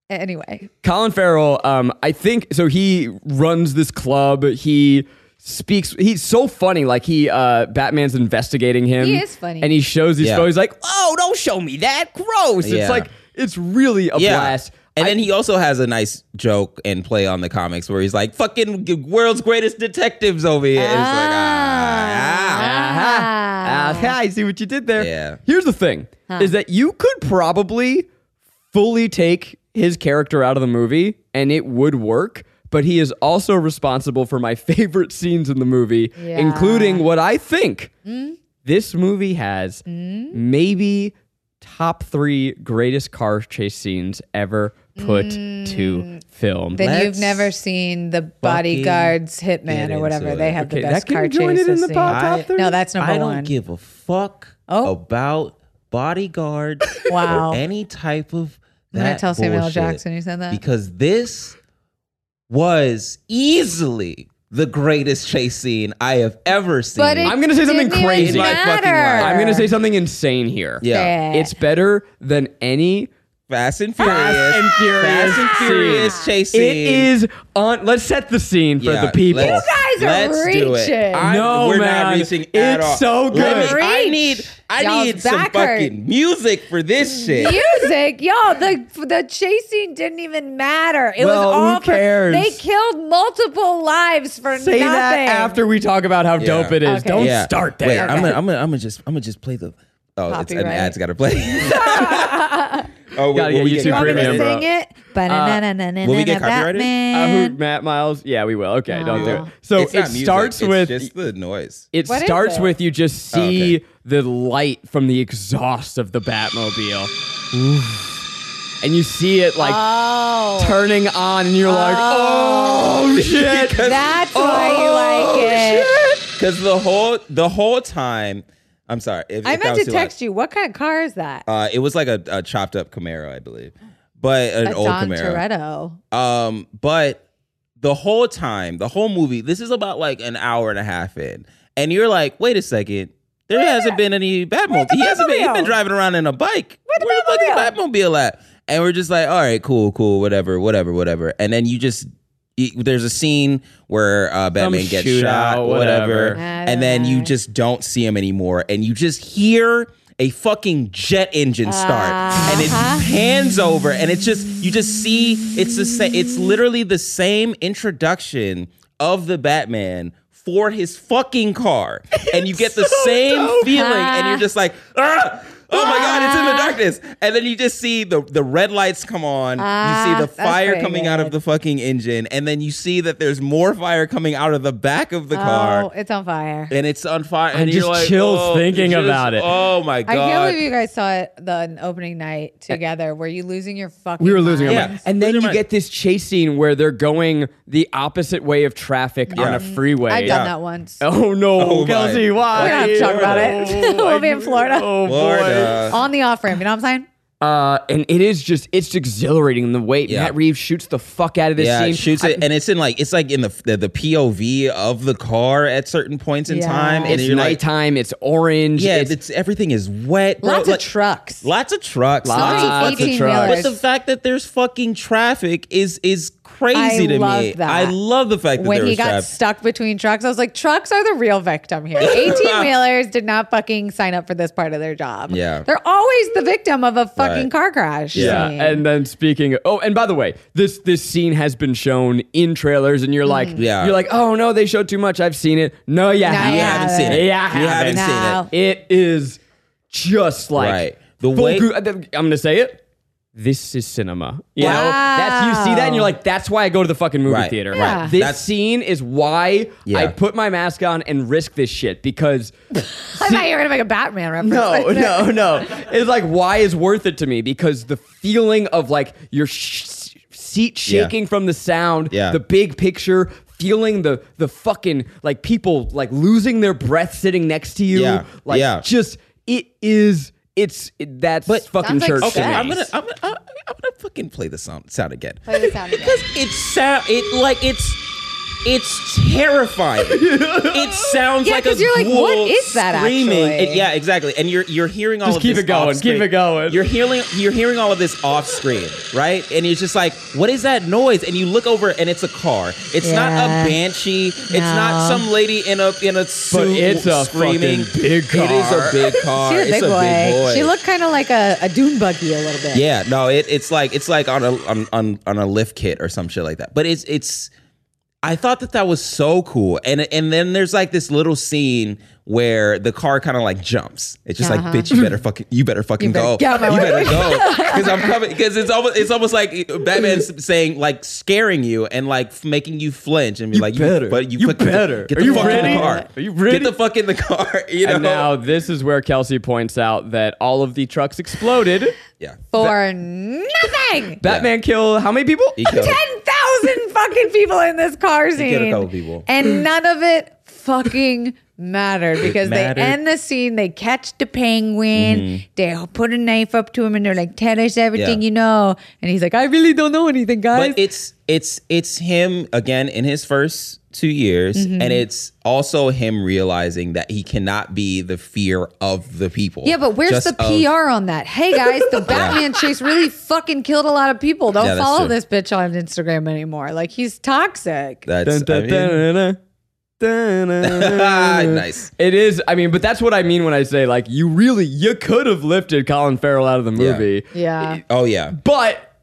Anyway, Colin Farrell, um, I think so. He runs this club. He speaks. He's so funny. Like he, uh, Batman's investigating him. He is funny. and he shows his Yeah. photo. He's like, "Oh, don't show me that. Gross." Yeah. It's like it's really a blast. And I- then he also has a nice joke and play on the comics where he's like, "Fucking g- world's greatest detectives over here." And it's like, ah, ah. Aha. Aha. Uh-huh. I see what you did there. Yeah. Here's the thing is that you could probably fully take his character out of the movie and it would work, but he is also responsible for my favorite scenes in the movie, Yeah. including what I think this movie has maybe top three greatest car chase scenes ever put to film. then Let's you've never seen the bodyguards, hitman, or into whatever. it. They have Okay, the best that can car join it chases. in the scene. pot. Top three? No, that's number I don't one. give a fuck Oh. about bodyguard Wow. or any type of that gonna tell Samuel L. bullshit. Jackson you said that. because this was easily the greatest chase scene I have ever seen. But it I'm gonna say something didn't even crazy. My fucking life. matter. I'm gonna say something insane here. yeah. Yeah. It's better than any Fast and Furious. Fast and Furious. Fast and Furious chase scene. It is on. Let's set the scene for the people. let's- You guys are let's do it. reaching. I'm- No, we're not man. reaching at It's all. so Let good. me- I Reach. need, I Y'all's need some back hurt. fucking music for this shit. music, y'all. The the chase scene didn't even matter. It Well, was who all for- cares? they killed multiple lives for Say nothing. that after we talk about how dope it is. Okay. Don't Yeah. start Wait, there. I'm gonna, I'm gonna, I'm gonna just, I'm gonna just play the. Oh, it's an Copyright. ad's got to play. oh, will, Gotta get will we get YouTube You You want me to copyrighted? Premium, bro. sing it? Ba-na-na-na-na-na-na, will we get copyrighted? Uh, who- Batman. Matt Miles? Yeah, we will. Okay, don't do No. it. So It's not it music, starts it's with just the noise. it Oh. What is starts it? with you just Oh, see okay. the light from the exhaust of the Batmobile, and you see it like Oh, turning on, and you're like, oh shit. that's Oh, why you like it. Because the whole, the whole time, I'm sorry. If, I if that meant was to too loud. text you. What kind of car is that? Uh, it was like a, a chopped up Camaro, I believe, but an a old Don Camaro. Toretto. Um, but the whole time, the whole movie, this is about like an hour and a half in, and you're like, wait a second, there hasn't been any Batmobile. He hasn't been. He's been Batmobile? driving around in a bike. Where the the fuck is Batmobile at? And we're just like, all right, cool, cool, whatever, whatever, whatever. And then you just. y- There's a scene where uh, Batman gets shootout, shot, whatever. whatever, I and then don't you know. just don't see him anymore, and you just hear a fucking jet engine start, and it Uh-huh. pans over and it's just you just see it's the same it's literally the same introduction of the batman for his fucking car and you get the same feeling and you're just like ah Oh my God! It's in Ah! the darkness, and then you just see the the red lights come on. you see Ah, the that's fire pretty coming out of good. the fucking engine, and then you see that there's more fire coming out of the back of the car, Oh, it's on fire. and it's on fire. And just you're like, chills oh, thinking just- about it. Oh my I God! can't believe you guys saw it the opening night together. Were you losing your fucking? We were losing our Yeah. minds. And then Losing you our get this chase scene where they're going the opposite way of traffic on a freeway. I've done Yeah. that once. Oh no, Oh, my. Kelsey, why? We're not Hey, talking about it. Oh, we'll be in Florida. Oh Florida. On the off ramp, you know what I'm saying? boy. Uh, and it is just, it's exhilarating the way Yeah. Matt Reeves shoots the fuck out of this yeah, scene. it shoots it, and it's in like it's like in the the, the POV of the car at certain points in Yeah. time. And It's you're like, nighttime, it's orange. yeah, it's, it's, everything is wet. bro. Lots Like, of trucks. lots of trucks, Lots lots many of fucking 18 But wheelers. the fact that there's fucking traffic is is crazy I to love me. that. I love the fact that When there he was got traffic. stuck between trucks, I was like, trucks are the real victim here. 18 wheelers did not fucking sign up for this part of their job. Yeah. They're always the victim of a fucking Right. car crash. Yeah, scene. and then speaking. oh, and by the way, this this scene has been shown in trailers, and you're like, Mm. Yeah. you're like, oh no, they showed too much. I've seen it. No, you haven't. you haven't seen it. Yeah, you haven't haven't. seen it. It No. is just like Right. The full way- goo- I'm gonna say it. This is cinema. You know, that's you see that, and you're like, that's why I go to the fucking movie Right, theater. right. Yeah. This That's- scene is why Yeah. I put my mask on and risk this shit because I thought you were going to make a Batman reference. no, no, no. It's like why is worth it to me because the feeling of like your sh- seat Yeah. shaking from the sound, Yeah. the big picture, feeling the the fucking like people like losing their breath sitting next to you, Yeah, like yeah. just it is it's it, that's But- fucking Sounds like church. sex. to Okay, me. I'm gonna, I'm gonna, I'm gonna fucking play the sound sound again. Play the sound again. because it sound it like it's it's terrifying. it sounds Yeah, like a 'cause you're like, ghoul what is that screaming. actually? It- yeah, exactly. And you're you're hearing all Just of keep this it going, off screen. keep it going. You're hearing you're hearing all of this off screen, right? And you're just like, what is that noise? And you look over, and it's a car. It's Yeah. not a banshee. It's not No. some lady in a in a suit But it's a screaming. fucking big It is a car. big car. She was it's a big boy. She looked kind of like a, a dune buggy a little bit. Yeah, no, it, it's like it's like on a on, on on a lift kit or some shit like that. But it's it's I thought that that was so cool. And and then there's like this little scene where the car kind of like jumps. It's just Uh-huh. like bitch, you better fucking you better fucking better go. get out of my you way. better go cuz I'm coming cuz it's almost it's almost like Batman's saying like scaring you and like f- making you flinch and be like better. you but you, You fucking- better. Get Are the you fuck in ready? the car. Are you ready? Get the fuck in the car, you know. And now this is where Kelsey points out that all of the trucks exploded. yeah. For nothing. Batman killed how many people? He killed- 10,000 fucking people in this car scene. couple people. And none of it fucking mattered because mattered. Mm-hmm. they end the scene, they catch the penguin, they put a knife up to him, and they're like, "Tell us everything Yeah. you know." And he's like, "I really don't know anything, guys." But it's it's it's him again in his first two years, Mm-hmm. and it's also him realizing that he cannot be the fear of the people. yeah, but where's Just the of- PR on that? Hey guys, the Batman chase really fucking killed a lot of people. Don't Yeah, that's follow true. this bitch on Instagram anymore. Like he's toxic. That's I mean- nice. It is. I mean, but that's what I mean when I say like you really you could have lifted Colin Farrell out of the Yeah. movie, yeah. Oh yeah, but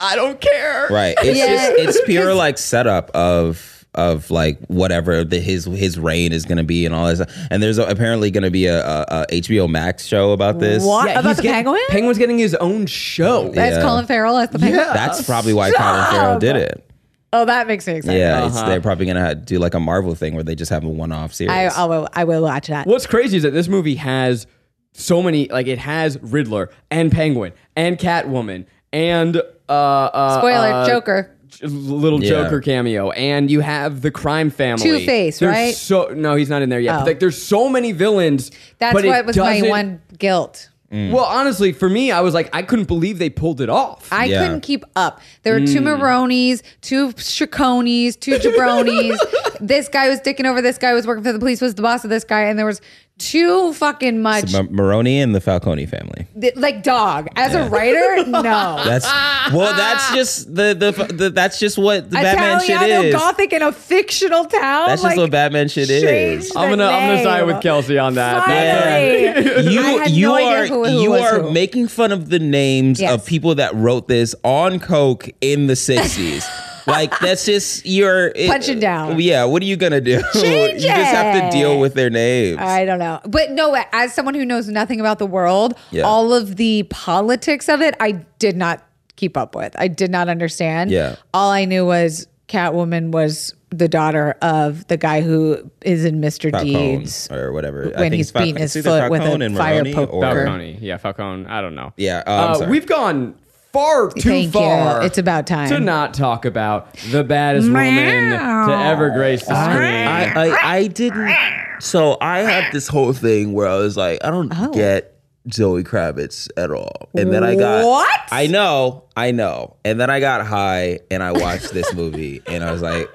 I don't care. right. It's Yeah. just it's pure like setup of of like whatever the, his his reign is going to be and all this. And there's apparently going to be a, a, a HBO Max show about this. What Yeah, about he's the get- penguin? Penguin's getting his own show. That's Yeah. Colin Farrell as the penguin. Yeah. That's probably why Colin Farrell did it. Oh, that makes me excited. Yeah, it's, they're probably gonna ha- do like a Marvel thing where they just have a one-off series. Uh-huh. I, I will. I will watch that. What's crazy is that this movie has so many like it has Riddler and Penguin and Catwoman and uh, uh Spoiler: uh, Joker. J- little Yeah. Joker cameo, and you have the crime family. Two-Face, There's right? So no, he's not in there yet. But Oh. like, there's so many villains. That's but what it was my doesn't- Mm. one guilt. Well, honestly, for me, I was like, I couldn't believe they pulled it off. I Yeah. Hmm. couldn't keep up. There were two Maronis, two Chaconis, two Jabronis. this guy was dicking over. This guy was working for the police. Was the boss of this guy, and there was too fucking much. M- Maroni and the Falcone family. Th- like dog. As a writer, no. um, That's well. That's just the, the the that's just what the Batman shit Italiano is. Gothic in a fictional town. That's just like, what Batman shit change is. the I'm gonna I'm gonna side name. with Kelsey on that. Finally. You I had you no idea are who- who you was are who. making fun of the names Yes. of people that wrote this on coke in the '60s. like that's just your it, Punching down. Yeah, what are you gonna do? Change you just have it. to deal with their names. I don't know. But no, as someone who knows nothing about the world, Yeah. all of the politics of it, I did not keep up with. I did not understand. Yeah. All I knew was Catwoman was the daughter of the guy who is in Mr. Falcone Deeds. or whatever. I when think he's it's Falcone. beating his It's either foot with a Falcone and fire Maroni poke or- burn. Falcone, yeah, Falcone. I don't know. Uh, Yeah, oh, I'm sorry. we've gone far too Thank you. far. It's about time. to not talk about the baddest woman to ever grace the screen. I, I, I didn't. So I had this whole thing where I was like, I don't Oh. get Zoe Kravitz at all. And then I got. What? I know, I know. And then I got high and I watched this movie and I was like,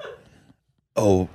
oh.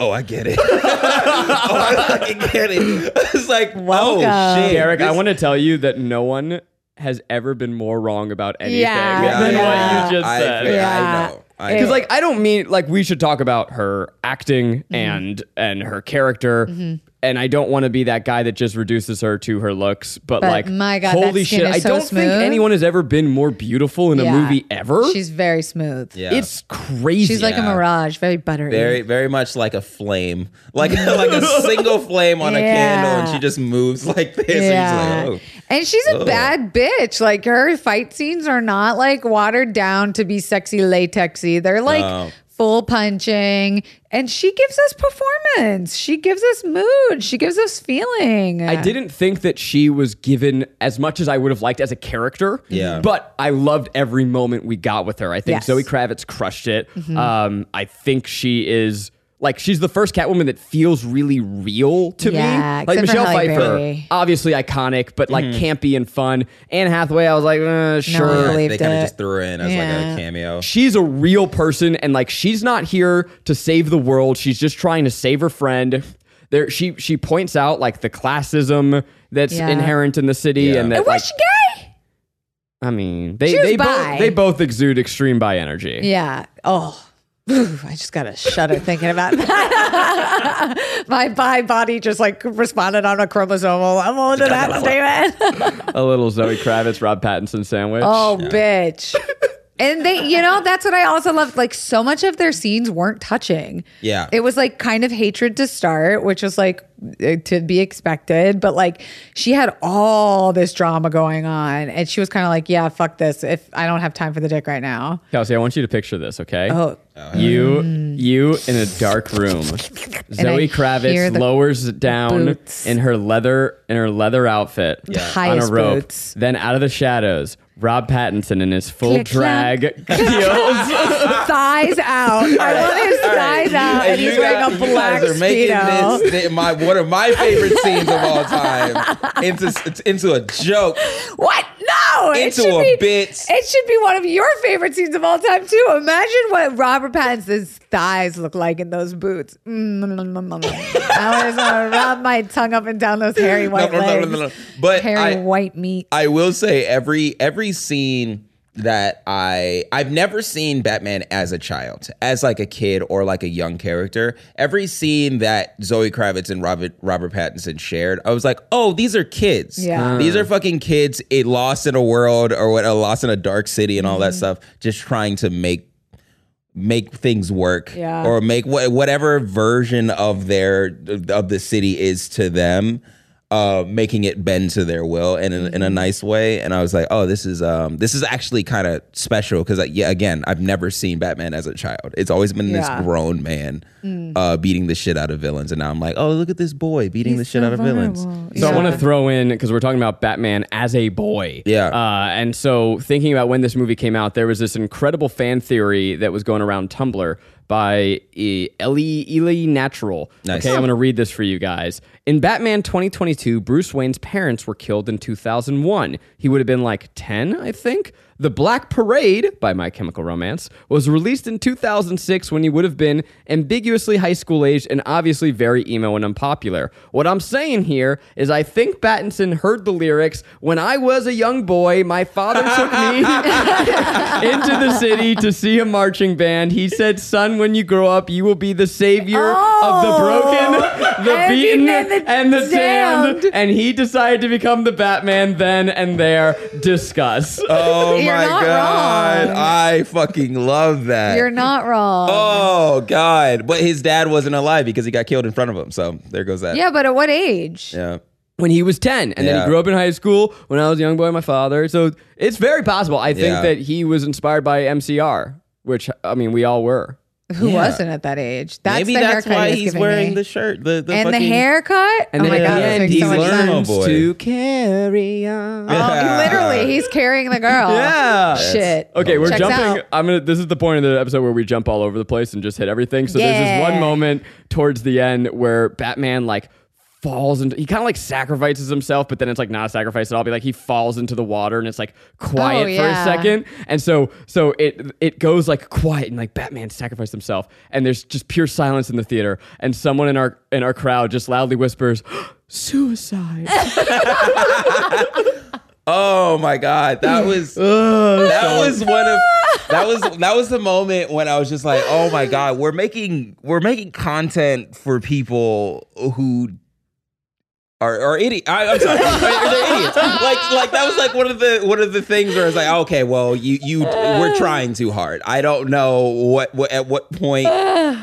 Oh, I get it. oh, I fucking get it. It's like, oh Welcome. shit, Eric, I This- want to tell you that no one has ever been more wrong about anything Yeah, than yeah. what you just I, said. Yeah, Yeah. I know. I Because know. like I don't mean like we should talk about her acting Mm-hmm. and and her character. And I don't want to be that guy that just reduces her to her looks, but, But like, my God, that holy skin shit! is I so don't smooth. think anyone has ever been more beautiful in a Yeah. movie ever. She's very smooth. Yeah. it's crazy. She's like a Yeah. mirage, very buttery. very very much like a flame like like a single flame on a candle and Yeah. she just moves like "Oh." this Yeah. and she's like, And she's a Ugh. bad bitch. Like her fight scenes are not like watered down to be sexy latexy. They're like No. full punching. And she gives us performance. She gives us mood. She gives us feeling. I didn't think that she was given as much as I would have liked as a character. Yeah. But I loved every moment we got with her. I think Yes. Mm-hmm. Zoe Kravitz crushed it. Um, I think she is like she's the first Catwoman that feels really real to Yeah, me. Like except for Michelle Halle Pfeiffer, Berry. obviously iconic, but like campy and fun. Anne Hathaway, I was like, uh, sure. I oh believed they kind it. of just threw her in as Yeah. like a cameo She's a real person, and like she's not here to save the world. She's just trying to save her friend. There, she she points out like the classism that's Yeah. inherent in the city, Yeah. and that And like, was she gay? I mean, they She was they bi. both they both exude extreme bi energy. Yeah. Oh. Ooh, I just got a shudder thinking about that. My bi body just like responded on a chromosomal level to that statement. A little Zoe Kravitz, Rob Pattinson sandwich. Oh, bitch. And they, you know, that's what I also loved. Like, so much of their scenes weren't touching. Yeah. It was like kind of hatred to start, which was like eh, to be expected. But like, she had all this drama going on. And she was kind of like, yeah, fuck this. If I don't have time for the dick right now. Kelsey, I want you to picture this, okay? Oh, Mm. You you in a dark room. Zoe I hear Kravitz the lowers down boots. in her leather in her leather outfit highest on a rope. boots. Then out of the shadows, Rob Pattinson in his full Click, clack. drag kills. thighs out. I want his thighs out, and you he's guys- wearing a you guys black are making speedo. this th- my one of my favorite scenes of all time into into a joke. What? No, it Into should a be, bit. It should be one of your favorite scenes of all time too. Imagine what Robert Pattinson's thighs look like in those boots. Mm, mm, mm, mm, mm. I just want to rub my tongue up and down those hairy No, white no, no, no, legs. no, no. But Hairy I, white meat. I will say every every scene that I I've never seen Batman as a child, as like a kid or like a young character. Every scene that Zoe Kravitz and Robert Robert Pattinson shared, I was like, oh, these are kids. Yeah. these are fucking kids. It lost in a world or what? A lost in a dark city and all Mm-hmm. that stuff. Just trying to make make things work Yeah. or make wha- whatever version of their of the city is to them uh making it bend to their will and in, Mm-hmm. in a nice way and i was like oh this is um this is actually kind of special because yeah again i've never seen batman as a child it's always been Yeah. Mm. this grown man uh beating the shit out of villains and now i'm like oh look at this boy beating the He's shit so out of vulnerable. villains So I Yeah. want to throw in because we're talking about Batman as a boy. Yeah. Uh, and so thinking about when this movie came out, there was this incredible fan theory that was going around Tumblr by e- Ellie Ellie Natural. Nice. Okay, I'm going to read this for you guys. In Batman 2022, Bruce Wayne's parents were killed in 2001. He would have been like 10, I think. The Black Parade by My Chemical Romance was released in 2006 when he would have been ambiguously high school aged and obviously very emo and unpopular. What I'm saying here is I think Pattinson heard the lyrics when I was a young boy, my father took me into the city to see a marching band. He said, "Son, when you grow up, you will be the savior of the broken, the Oh, and he beaten, meant the and the damned." damned. And he decided to become the Batman then and there. Discuss. Uh, oh You're my not god wrong. i fucking love that You're not wrong. Oh God! But his dad wasn't alive because he got killed in front of him. So there goes that. Yeah, but at what age? Yeah. when he was 10 and then he Yeah. grew up in high school when i was a young boy my father so it's very possible i think Yeah. that he was inspired by mcr which i mean we all were Who Yeah. wasn't at that age? That's Maybe the that's haircut why he was he's giving wearing me. the shirt. The, the and the fucking- haircut. and oh then my at god, the that end makes he so much learned sense. Oh, learns boy. to carry on Oh, Yeah. literally, he's carrying the girl. Yeah. Shit. Okay, we're Checks jumping. out. I'm gonna. This is the point of the episode where we jump all over the place and just hit everything. So there's this one Yeah. moment towards the end where Batman like falls into. He kind of like sacrifices himself, but then it's like not a sacrifice at all. Be like he falls into the water and it's like quiet Oh, for a yeah. second, and so so it it goes like quiet and like Batman sacrificed himself, and there's just pure silence in the theater, and someone in our in our crowd just loudly whispers. Suicide. Oh my God! That was that was one of that was that was the moment when I was just like, oh my God, we're making we're making content for people who. Are, are idiots? I, I'm sorry, are, they idiots? Like, like that was like one of the one of the things where it's like, okay, well, you you we're trying too hard. I don't know what, what at what point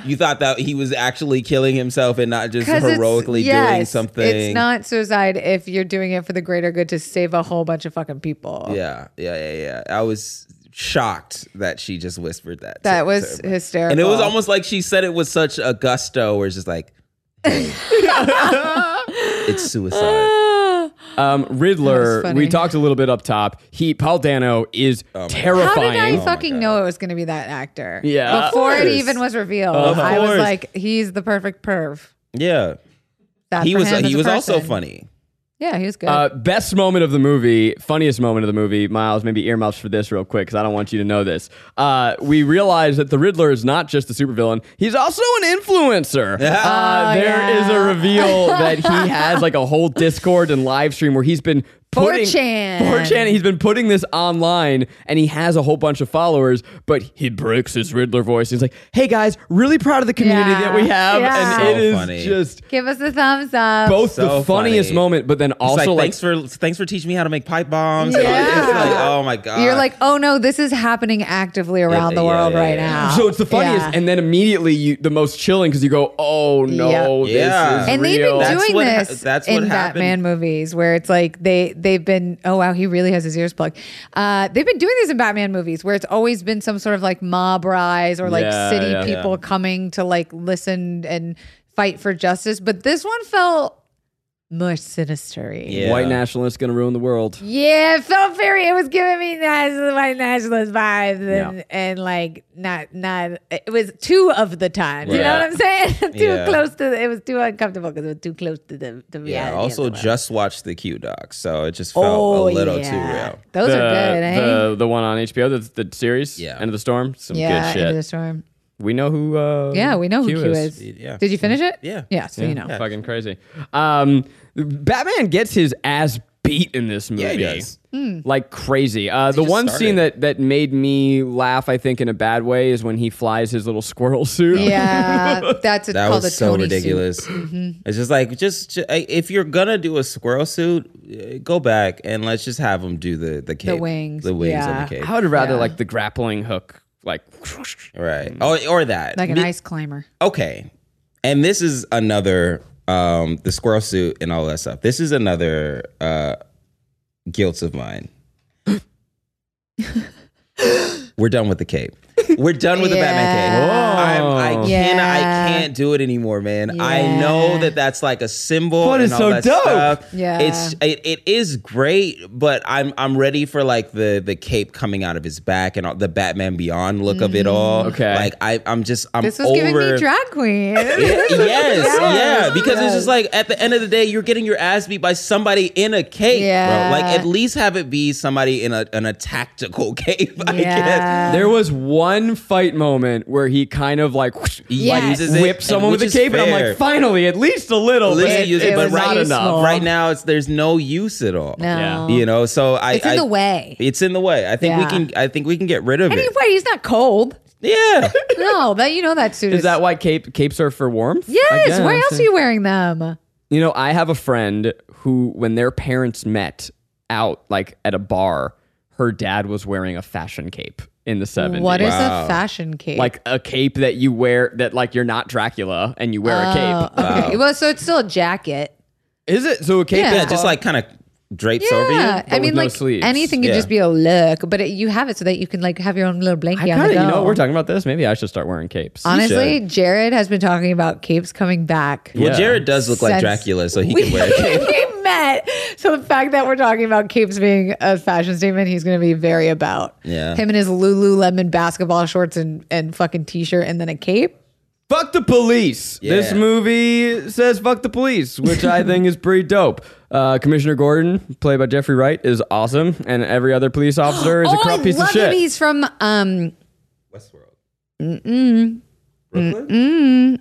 you thought that he was actually killing himself and not just 'Cause it's- heroically doing yes, something. It's not suicide if you're doing it for the greater good to save a whole bunch of fucking people. Yeah, yeah, yeah, yeah. I was shocked that she just whispered that. to- That was to her. hysterical. and it was almost like she said it with such a gusto, where it's just like, hey, it's suicide. Um, Riddler, That was we funny. talked a little bit up top. He, Paul Dano, is How terrifying. did I fucking know it was going to be that actor? Yeah. Of Before it Oh course. even was revealed, Of I was course. like, he's the perfect perv. Yeah, That he for was. him as He a was also person. funny. Yeah, he was good. Uh, best moment of the movie, funniest moment of the movie, Miles, maybe earmuffs for this real quick because I don't want you to know this. Uh, we realize that the Riddler is not just a supervillain, he's also an influencer. Oh, Uh, there is a reveal that he has like a whole Discord and live stream where he's been putting 4chan. 4chan, he's been putting this online and he has a whole bunch of followers, but he breaks his Riddler voice. He's like, hey guys, really proud of the community Yeah. that we have. Yeah. And it So is funny. just Give us a thumbs up. both So the funniest funny. moment, but then It's also like, like thanks for thanks for teaching me how to make pipe bombs. Like, Yeah. it's like, oh my god. You're like, oh no, this is happening actively around the yeah, world yeah, right yeah. now. So it's the funniest, Yeah. and then immediately you the most chilling because you go, "Oh no, Yep. this Yeah. is and they've real." been That's doing what ha- this that's what in happened. Batman movies, where it's like they they've been oh wow he really has his ears plugged. Uh, they've been doing this in Batman movies where it's always been some sort of like mob rise or like Yeah, city yeah. people coming to like listen and fight for justice. But this one felt more sinistery. Yeah. Yeah. White nationalist going to ruin the world. it felt very. It was giving me national, white nationalist vibes, and Yeah. and like not not. It was two of the times. You know Right. what I'm saying? too Yeah. close to. It was too uncomfortable because it was too close to the the reality. Yeah. of the Oh, also, world. just watched the Q doc, so it just felt a little too real. Those the, are good, eh? the, the one on HBO, the, the series, Yeah. End of the Storm, some good yeah, shit. Into the storm. We know who. Uh, Yeah, we know who Q is. Yeah. Did you finish it? Yeah. Yeah, so you know. Fucking crazy. Um, Batman gets his ass beat in this movie. Yeah, he does. Hmm. Like crazy. Uh, the just one started. scene that, that made me laugh, I think, in a bad way, is when he flies his little squirrel suit. Yeah, that's it's That called was a so Tony suit. Mm-hmm. ridiculous. It's just like just, ju- I- if you're gonna do a squirrel suit, uh, go back and let's just have them do the the cape, wings, the wings yeah. of the cape, I would rather Yeah. like the grappling hook, like Mm. right? Or or that Like an Me- ice climber. okay. And this is another um the squirrel suit and all that stuff. This is another uh guilt of mine. We're done with the cape. We're done with the Batman cape. Yeah. I'm, I Whoa. can Yeah. I can't do it anymore, man. I Yeah. know that that's like a symbol, But and it's all so that dope. Stuff. Yeah. it's it, it is great, but I'm I'm ready for like the the cape coming out of his back and all, the Batman Beyond look of it all. Mm-hmm. Okay. like I I'm just I'm This was over giving me drag queen. yes, yeah, because it's Yes. just like at the end of the day, you're getting your ass beat by somebody in a cape, Yeah. bro. Like at least have it be somebody in a in a tactical cape, I Yeah. guess. There was one fight moment where he kind of like whoosh, Yes. He uses it, whipped and someone with a which is cape, and I'm fair. like, finally, at least a little. At least but he used it, it but was right, not useful. right now it's there's no use at all. No. You know, so I It's in I- the way. It's in the way. I think we Yeah. can I think we can get rid of Anyway, he's not cold. it. Yeah. No, that you know that suit is. Is that why cape capes are for warmth? I yes. Why guess. else are you wearing them? You know, I have a friend who, when their parents met out like at a bar, her dad was wearing a fashion cape in the 70s. What is Wow. a fashion cape? like a cape that you wear that like you're not Dracula and you wear a Oh, cape. okay. Well, so it's still a jacket. Is it so a cape? Yeah. yeah, that's just like kind of drapes over you. Yeah, I with mean, no like sleeves. anything could Yeah. just be a look, but it, you have it so that you can like have your own little blanket. I on kind the of you know go. what we're talking about this. Maybe I should start wearing capes. Honestly, Jared has been talking about capes coming back. Well, Yeah. Jared does look like Since- Dracula, so he We, can wear a cape. we met. So the fact that we're talking about capes being a fashion statement, he's going to be very about. Yeah. Him and his Lululemon basketball shorts and, and fucking t shirt and then a cape. Fuck the police. This Yeah. movie says fuck the police, which I think is pretty dope. Uh, Commissioner Gordon, played by Jeffrey Wright, is awesome, and every other police officer is a oh, corrupt I piece love of shit. him. He's from um, Westworld. Mm-mm. Brooklyn?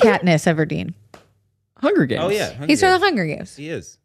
Katniss Everdeen. Hunger Games. Oh yeah, Hunger He's from Games. the Hunger Games. He is.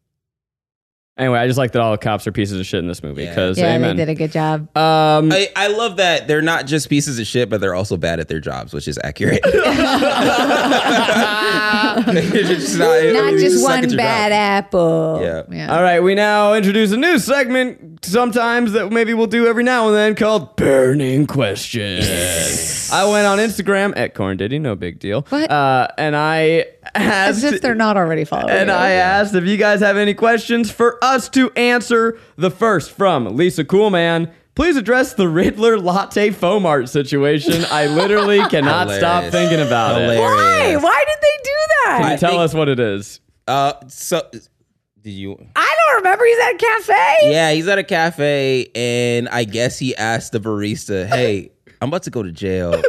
Anyway, I just like that all the cops are pieces of shit in this movie Yeah. because Yeah, amen. they did a good job. Um, I, I love that they're not just pieces of shit, but they're also bad at their jobs, which is accurate. It's just not, Not you just suck one at your bad job. apple. Yeah. all right, we now introduce a new segment sometimes that maybe we'll do every now and then called Burning Questions. I went on Instagram at Corn Diddy, no big deal. What? Uh, and I As asked. if they're not already following. and you. I asked if you guys have any questions for us to answer. The first from Lisa Coolman. Please address the Riddler latte foam art situation. I literally cannot stop Hilarious. thinking about it. Hilarious. Why? Why did they do that? Can you I tell think- us what it is? Uh, so, did you? I don't remember he's at a cafe. Yeah, he's at a cafe, and I guess he asked the barista, "Hey, I'm about to go to jail.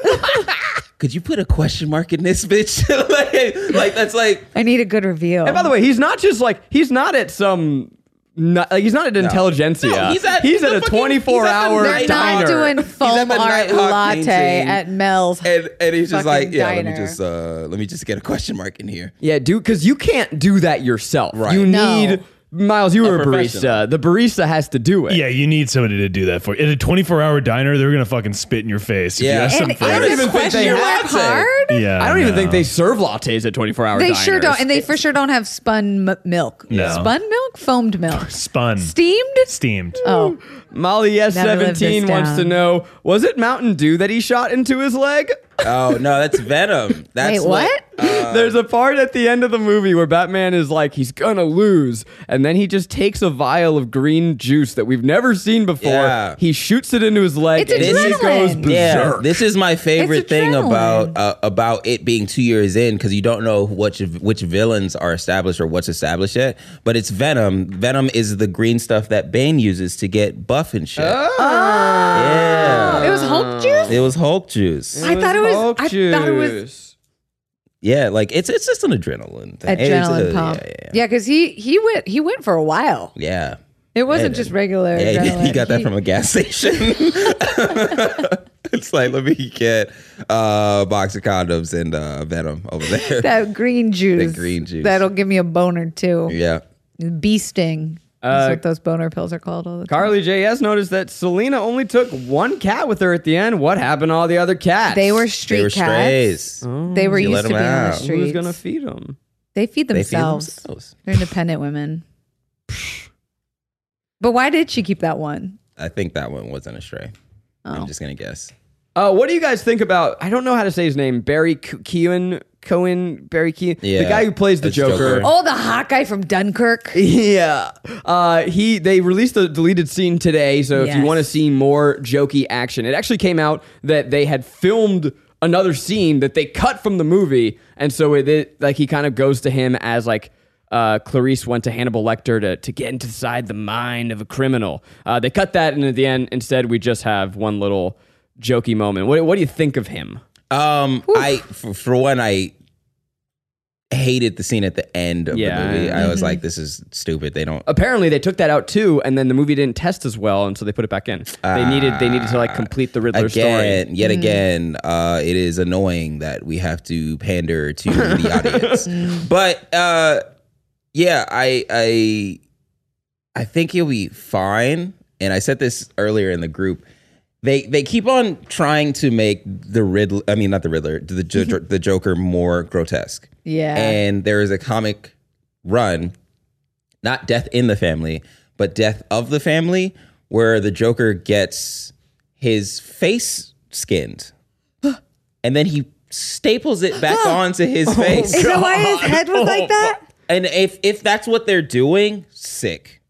Could you put a question mark in this bitch? like, like that's like I need a good reveal. And by the way, he's not just like he's not at some. Not, like, he's not at intelligentsia. No, he's at- he's a a fucking- 24 he's at the hour they're Nighthawk. not diner. doing foam the art Nighthawk latte painting. at Mel's. and and he's just Fucking like, yeah, let me diner. just uh, let me just get a question mark in here. yeah, dude, because you can't do that yourself. Right. You No. need Miles. You were a professional. barista. The barista has to do it. Yeah, you need somebody to do that for you. At a 24 hour diner, they're going to fucking spit in your face. if you Yeah. ask and them is for- I don't the even think question they mark have to. hard? yeah, I don't even no. think they serve lattes at 24 hour. They sure diners. don't, and they for sure don't have spun m- milk. No. Spun milk, foamed milk, spun steamed. steamed. Oh, Molly Never lived S17 this wants to down. know Was it Mountain Dew that he shot into his leg? Oh no, that's Venom. That's Wait, what? Uh. There's a part at the end of the movie where Batman is like, he's gonna lose. And then he just takes a vial of green juice that we've never seen before. Yeah. He shoots it into his leg It's and he adrenaline. goes berserk. Yeah, this is my favorite It's thing adrenaline. about uh, about it being two years in because you don't know which which villains are established or what's established yet. But it's Venom. Venom is the green stuff that Bane uses to get buff and shit. Oh. it was Hulk juice. Uh, It was Hulk juice. I thought it was- I thought it was- Yeah, like it's it's just an adrenaline. Thing. It's Adrenaline a- pump. Yeah, yeah, yeah. Yeah, because he he went he went for a while. yeah. It wasn't Yeah, just regular. Yeah, he- adrenaline. he got that from a gas station. it's like let me get uh, a box of condoms and uh, Venom over there. that green juice. green juice. That'll give me a boner too. yeah. Bee sting. Uh, That's what those boner pills are called. All the time. Carly JS noticed that Selena only took one cat with her at the end. What happened to all the other cats? They were street They were cats. strays. Mm. They were You used let to them being on the out. Who's streets. Who's gonna feed them? they feed They feed oh. themselves. themselves. They're independent women. But why did she keep that one? I think that one wasn't a stray. Oh. I'm just gonna guess. Uh, what do you guys think about? I don't know how to say his name. Barry Co- Keoghan, Cohen, Barry Keoghan, the Yeah, guy who plays the that's Joker. Joker. Oh, the hot guy from Dunkirk. Yeah. Uh, he they released a deleted scene today, so if you Yes. want to see more jokey action, it actually came out that they had filmed another scene that they cut from the movie, and so it, it like he kind of goes to him as like. Uh, Clarice went to Hannibal Lecter to, to get inside the mind of a criminal. Uh, they cut that, and at the end, instead, we just have one little jokey moment. What, what do you think of him? Um, I for, for one, I hated the scene at the end of Yeah. the movie. I Mm-hmm. was like, this is stupid. They don't. Apparently, they took that out too, and then the movie didn't test as well, and so they put it back in. Ah, They needed they needed to like complete the Riddler story. Again, yet again, uh, it is annoying that we have to pander to the audience. But uh, yeah, I I I think he'll be fine. And I said this earlier in the group. They they keep on trying to make the Riddler. I mean, not the Riddler, the Jo- the Joker more grotesque. Yeah. And there is a comic run, not Death in the Family, but Death of the Family, where the Joker gets his face skinned, and then he staples it back onto his face. Is that why his head was like that? And if if that's what they're doing, sick.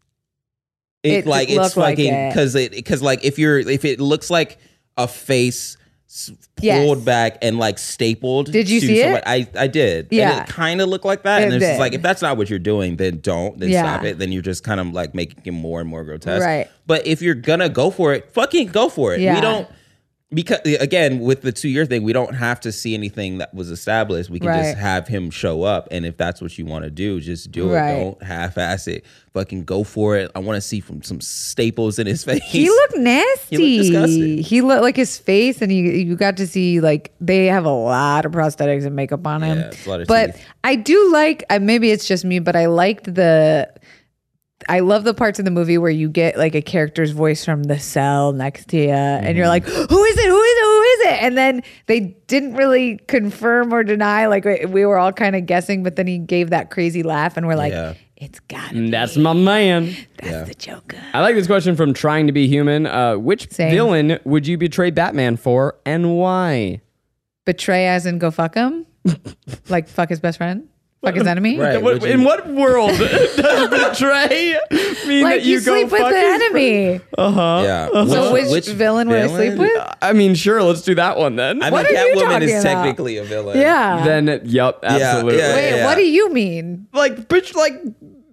It, It like it's looked like fucking it. because it because like if you're if it looks like a face s- Yes. pulled back and like stapled. Did you to see it? I I did. Yeah. and it kind of looked like that. It and it's just did. like if that's not what you're doing, then don't then Yeah. stop it. Then you're just kind of like making it more and more grotesque. Right. But if you're gonna go for it, fucking go for it. We Yeah. don't. Because again, with the two year thing, we don't have to see anything that was established. We can Right. just have him show up, and if that's what you want to do, just do Right. it. Don't half-ass it. Fucking go for it. I want to see from some staples in his face. He looked nasty. disgusting. He looked like his face, and you you got to see like they have a lot of prosthetics and makeup on him. Yeah, it's a lot of but teeth. I do like. I, maybe it's just me, but I liked the. I love the parts of the movie where you get like a character's voice from the cell next to you, and Mm-hmm. you're like, "Who is it? Who is it? Who is it?" And then they didn't really confirm or deny. Like we, we were all kind of guessing, but then he gave that crazy laugh, and we're like, Yeah. Mm, "It's gotta And be That's my man. that's the Joker." I like this question from Trying to Be Human. Uh, which Same. villain would you betray Batman for and why? betray as in go fuck him like fuck his best friend fuck his enemy Right. What- would you- in what world does betray mean like that you, you, go sleep with fuck the his enemy yeah. so which, villain would i sleep with friend? I mean, sure, let's do that one then. I mean, What are you Catwoman talking is about? technically a villain. yeah then, yep, absolutely. yeah, wait yeah. what do you mean Like, bitch, like,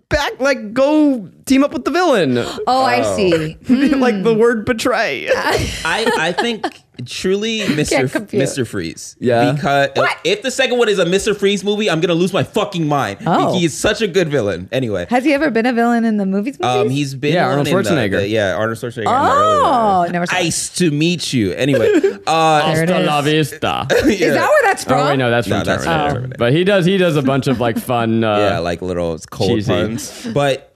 back, like, go team up with the villain. oh i see like Mm. the word betray. I, I think truly Mr. Can't F- compute. Mr. Freeze. Yeah. Because if the second one is a Mr. Freeze movie, I'm gonna lose my fucking mind. Oh. He is such a good villain. Anyway. has he ever been a villain in the movies Um, movies? he's been Yeah, on Arnold in the- Schwarzenegger. the- yeah, Arnold Schwarzenegger. Oh, never saw it. Ice to meet you. Anyway, uh, There it is. vista. is that where that's from oh, wait, no, that's from No, that's from Terminator. Terminator. But he does, he does a bunch of, like, fun, uh, yeah, like little cold cheesy. puns. But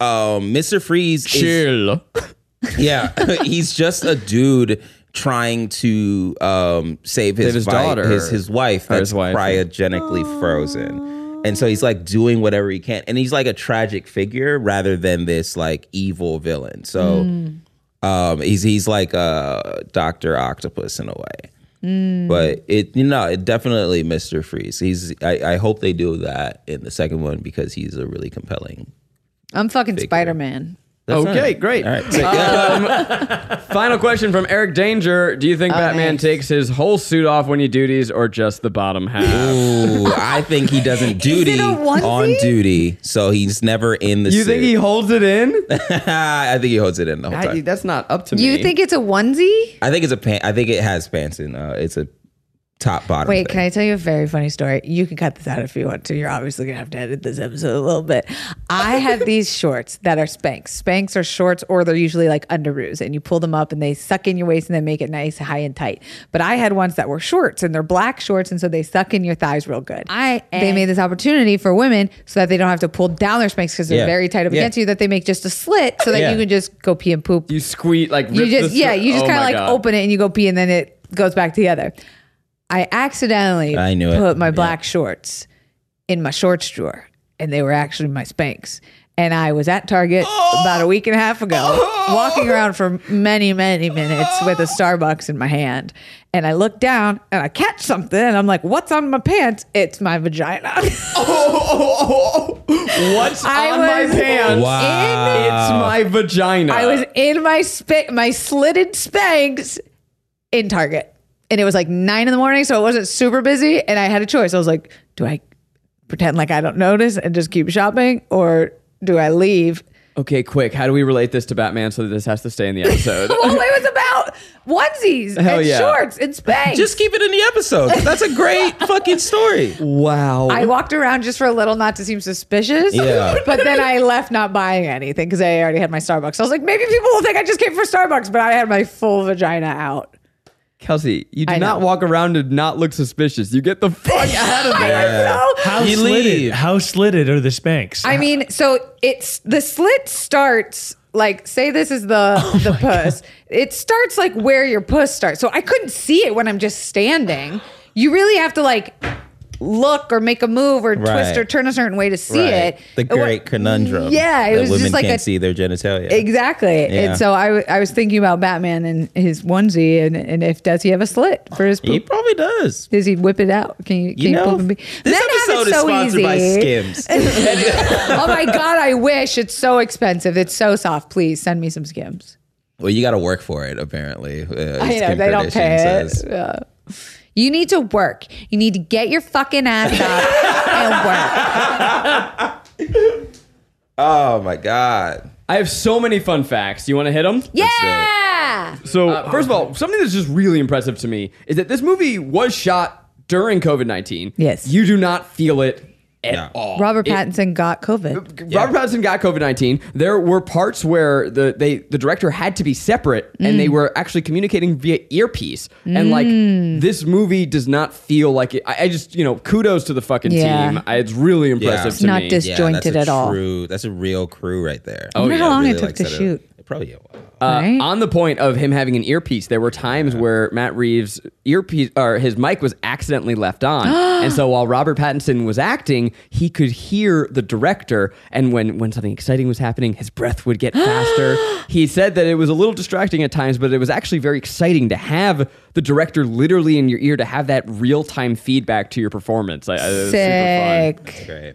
um, Mr. Freeze, is, chill. yeah, he's just a dude trying to um, save his, Save his vi- daughter. his his wife Or his that's wife, yeah. cryogenically frozen, and so he's like doing whatever he can, and he's like a tragic figure rather than this like evil Hmm. villain. So. Um, he's he's like a Doctor Octopus in a way. Hmm. But it you know it definitely Mister Freeze. He's I, I hope they do that in the second one because he's a really compelling. I'm fucking Spider Man. That's Okay, not- great. Uh, All right, so- Final question from Eric Danger: Do you think Batman Uh, nice. takes his whole suit off when you duties, or just the bottom half? Ooh, I think he doesn't duty it a onesie? on duty, so he's never in the. You suit. think he holds it in? I think he holds it in the whole I- time. that's not up to me. You think it's a onesie? I think it's a pan. I think it has pants in. Uh, it's a top bottom. Wait, thing. can I tell you a very funny story? You can cut this out if you want to. You're obviously gonna have to edit this episode a little bit. I have these shorts that are Spanx. Spanx are shorts, or they're usually like underoos, and you pull them up and they suck in your waist and they make it nice, high and tight. But I had ones that were shorts, and they're black shorts, and so they suck in your thighs real good. I they made this opportunity for women so that they don't have to pull down their Spanx because they're Yeah. very tight up Yeah. against you. That they make just a slit so that Yeah. you can just go pee and poop you squeak like you rip just the yeah str- you just Oh kind of my like God. open it and you go pee and then it goes back together i accidentally I knew it. put my black shorts in my shorts drawer and they were actually my spanks and i was at target about a week and a half ago walking around for many many minutes with a starbucks in my hand and i look down and i catch something and i'm like what's on my pants it's my vagina What's I on was- my pants? Wow. It's my vagina. I was in my spa- my slitted Spanx in Target, and it was like nine in the morning, so it wasn't super busy, and I had a choice. I was like, do I pretend like I don't notice and just keep shopping, or do I leave? okay. Quick, how do we relate this to Batman so that this has to stay in the episode? Well, it was about onesies Hell and yeah. shorts and Spanx. Just keep it in the episode. 'cause That's a great fucking story. wow. I walked around just for a little, not to seem suspicious. Yeah. But then I left not buying anything because I already had my Starbucks. I was like, maybe people will think I just came for Starbucks, but I had my full vagina out. Kelsey, you do I not know. walk around and not look suspicious. You get the fuck out of there. So How You slitted? leave. How slitted are the Spanx? I mean, so it's the slit starts like say this is the Oh the puss. It starts like where your puss starts. So I couldn't see it when I'm just standing. You really have to like look or make a move or Right. twist or turn a certain way to see Right. it. The It wa- great conundrum. Yeah, it that was women just like can't a- see their genitalia. Exactly. Yeah. And so I, w- I was thinking about Batman and his onesie and, and if does he have a slit for his he poop? probably does. Does he whip it out? Can you, can You you, know, poop and be? this Men have it episode is so sponsored by easy. Skims. oh my god, I wish it's so expensive. It's so soft. Please send me some Skims. well, you got to work for it. Apparently, uh, I know Kim they don't Kardashian pay says. it. Yeah. You need to work. You need to get your fucking ass up and work. Oh my god. I have so many fun facts. You want to hit them? Yeah. So, uh, first of all, something that's just really impressive to me is that this movie was shot during COVID 19. Yes. You do not feel it at No. all. Robert Pattinson got COVID. Robert Pattinson got COVID nineteen. There were parts where the they the director had to be separate, and Mm. they were actually communicating via earpiece. And like Mm. this movie does not feel like it. I, I just you know kudos to the fucking Yeah. team. I, it's really impressive to not me. dis- Disjointed that's at a all. True, that's a real crew right there. I wonder how long it Oh, Really, took like, to set it- shoot. Probably a while. right? On the point of him having an earpiece, there were times where Matt Reeves' earpiece or his mic was accidentally left on, and so while Robert Pattinson was acting, he could hear the director. And when when something exciting was happening, his breath would get faster. he said that it was a little distracting at times, but it was actually very exciting to have the director literally in your ear to have that real time feedback to your performance. I, I, it was super fun Sick. Great.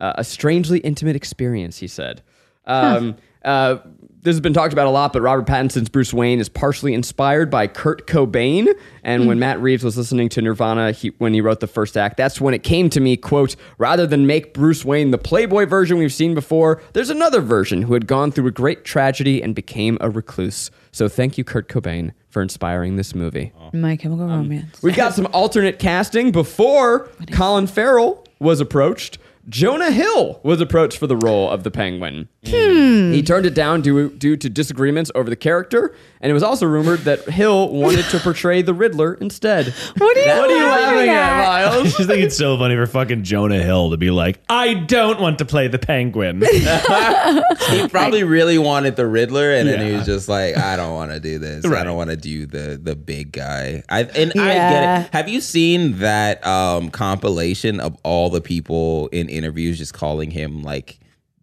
uh, a strangely intimate experience, he said. Um, uh, this has been talked about a lot, but Robert Pattinson's Bruce Wayne is partially inspired by Kurt Cobain. And when Matt Reeves was listening to Nirvana he, when he wrote the first act, that's when it came to me, quote, rather than make Bruce Wayne the Playboy version we've seen before, there's another version who had gone through a great tragedy and became a recluse. So thank you, Kurt Cobain, for inspiring this movie. My Chemical Romance. We've got some alternate casting before Colin Farrell was approached. Jonah Hill was approached for the role of the Penguin. Hmm. He turned it down due, due to disagreements over the character, and it was also rumored that Hill wanted to portray the Riddler instead. What are you, What are you laughing laughing at, at? I Miles? just think it's so funny for fucking Jonah Hill to be like, I don't want to play the penguin. He probably really wanted the Riddler, and then he Yeah. was just like, "I don't want to do this. I Right. don't want to do the the big guy." I and I Yeah. get it. Have you seen that um compilation of all the people in interviews just calling him like?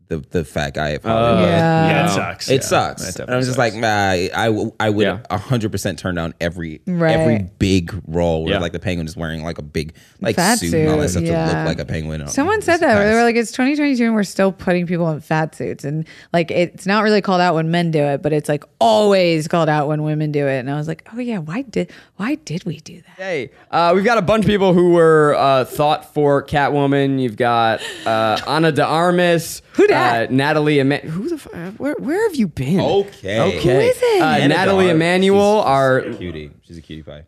the the fat guy at Hollywood. Oh, yeah. yeah, it sucks. It Yeah. sucks. That And I was just definitely like, nah, I, I w- I would Yeah. hundred percent turn down every Right. every big role where Yeah. like the penguin is wearing like a big like Fat suit and all that suit, stuff to yeah. look like a penguin. Oh, Someone said that where they were like, it's 2022 and we're still putting people in fat suits. And like, it's not really called out when men do it, but it's like always called out when women do it. And I was like, oh yeah, why did, why did we do that? Hey, uh, we've got a bunch of people who were uh, thought for Catwoman. You've got uh, Ana de Armas. Who dat? Uh, Natalie Ema- Who the fu- uh, where, where have you been? Okay. Okay. Who is it? Uh, Anna Natalie Dark, Emanuel, she's- she's our a cutie. She's a cutie pie.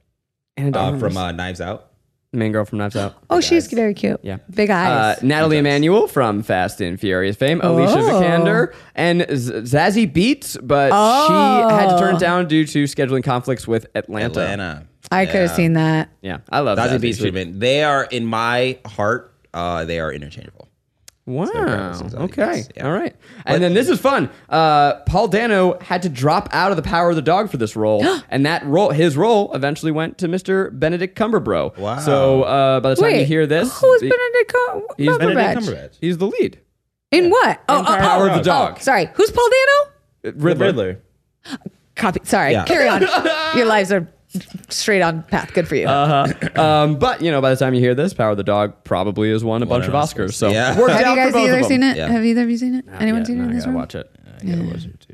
Ana de Uh, Armas. from uh, Knives Out. Main Girl from Knives Out. Oh, she's very cute. Yeah. Big Uh, eyes. Natalie Emanuel from Fast and Furious fame, Alicia Oh. Vikander, and Z- Zazie Beats, but Oh. she had to turn it down due to scheduling conflicts with Atlanta. Atlanta. I could have seen that. Yeah, I love Zazie, Zazie Beetz She- would have been. They are in my heart. Uh, they are interchangeable. Wow. comparison, Zazie Okay. Beetz, yeah. All right. And then this is fun. Uh, Paul Dano had to drop out of the Power of the Dog for this role, and that role, his role, eventually went to Mr. Benedict Cumberbrow. Wow. So uh, by the time you hear this, who's the- Benedict Cum- he's Cumberbatch? Benedict Cumberbatch. he's the lead. In what? Oh, oh, Power oh, of the oh, Dog. sorry, who's Paul Dano? Riddler. Copy. Sorry, Yeah. carry on. Your lives are straight on path. Good for you. Um, but you know, by the time you hear this, Power of the Dog probably has won a bunch of Oscars. So Yeah. worked have out you guys for both either of them. seen it? Yeah. Have either of you seen it? Anyone Yeah, seen no, it in I this gotta room? watch it.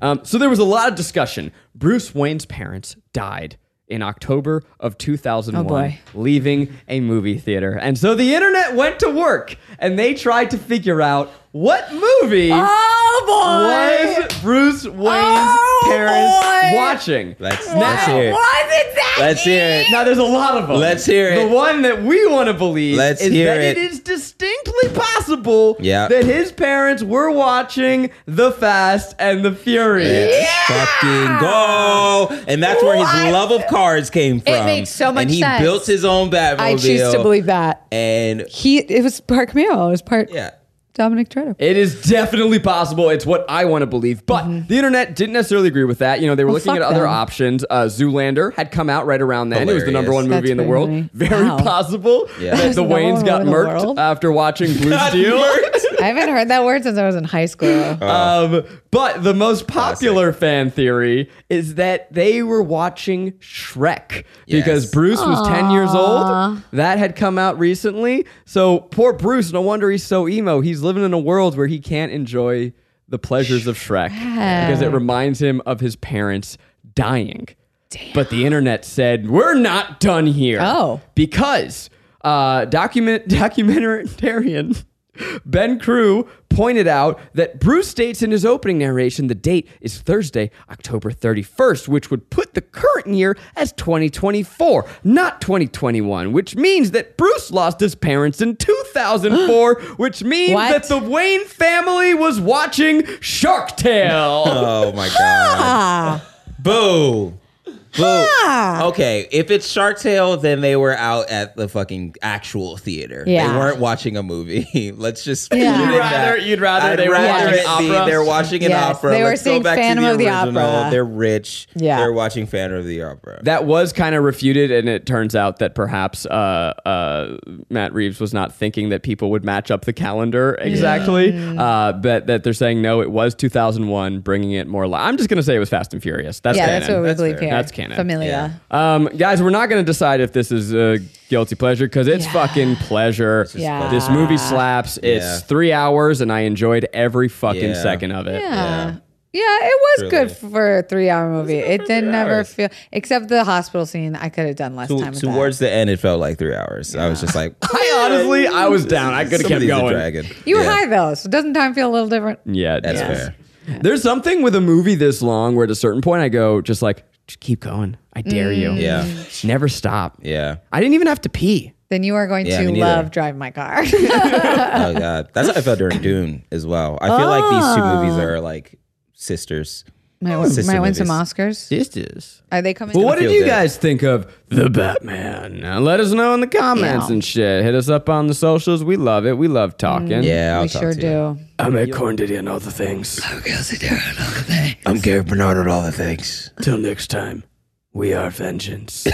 Um, so there was a lot of discussion. Bruce Wayne's parents died in October of 2001, Oh, boy. leaving a movie theater. And so the internet went to work and they tried to figure out what movie Oh boy! was Bruce Wayne's Oh, parents boy. watching. Let's, let's Now- hear it. it that? Let's hear it. Now there's a lot of them. Let's hear it. The one that we want to believe Let's is hear that it it. is distinctly possible Yeah. that his parents were watching The Fast and the Furious. Fucking go! And that's where What? his love of cars came from. makes so much And he sense. built his own Batmobile. I choose to believe that And he. It was part Camille. It was part yeah, Dominic Toretto. It is definitely possible. It's what I want to believe. But the internet didn't necessarily agree with that. You know, they were Mm-hmm. Well, looking at fuck other them. options. Uh, Zoolander had come out right around then. It was the number one Hilarious. movie That's in the very world. funny. Very Wow. possible Yeah. that the Number Waynes one got in the murked world. after watching Blue Steel. I haven't heard that word since I was in high school. Um, but the most popular fan theory is that they were watching Shrek because Yes. Bruce was 10 years old. That had come out recently. So poor Bruce, no wonder he's so emo. He's living in a world where he can't enjoy the pleasures of Shrek because it reminds him of his parents dying. But the internet said, we're not done here. Oh. Because uh, document documentarian Ben Crew pointed out that Bruce states in his opening narration the date is Thursday, October 31st, which would put the current year as 2024, not 2021, which means that Bruce lost his parents in 2004, which means What? that the Wayne family was watching Shark Tale. oh my god, Ah. boo, boo. Okay, if it's Shark Tale, then they were out at the fucking actual theater. Yeah. they weren't watching a movie. Let's just Yeah. leave it You'd at rather- that. you'd rather I'd they were rather watching it an be opera? They're watching an Yes, opera. they were Let's seeing go back Phantom to the of the original. Opera. They're rich. Yeah. they're watching Phantom of the Opera. That was kind of refuted, and it turns out that perhaps uh, uh, Matt Reeves was not thinking that people would match up the calendar exactly. Uh, but that they're saying no, it was 2001, bringing it more. Li- I'm just gonna say it was Fast and Furious. That's yeah, canon. that's what we That's believe fair. here. That's canon. Familia. Yeah. um, guys, we're not going to decide if this is a guilty pleasure because it's Yeah. fucking pleasure. Yeah. This movie slaps. It's Yeah. three hours, and I enjoyed every fucking Yeah. second of it. Yeah. Yeah, it was good for a three hour movie. It did never hours. feel, except the hospital scene, I could have done less time with towards the end, it felt like three hours. I was just like, I honestly, I was down. I could have Some of kept these are going. dragging. that. You were Yeah. Mm. high though, so doesn't time feel a little different? Yeah, That's no. fair. There's something with a movie this long where at a certain point I go, just like, just keep going. I dare you. Yeah. Never stop. Yeah. I didn't even have to pee. Then you are going Yeah, to me neither. love Drive My Car. Oh god. That's how I felt during Dune as well. I feel like these two movies Ah. are like sisters. might win, Sister might win some movies. Oscars. This is. Are they coming? Well, what did feel you good. guys think of The Batman? Now, let us know in the comments Yeah. and shit. Hit us up on the socials. We love it. We love talking. Yeah, I'll we talk sure to do. You. I make corn diddy and all the things. I'm Gary Bernard at all the things. Till next time, we are vengeance.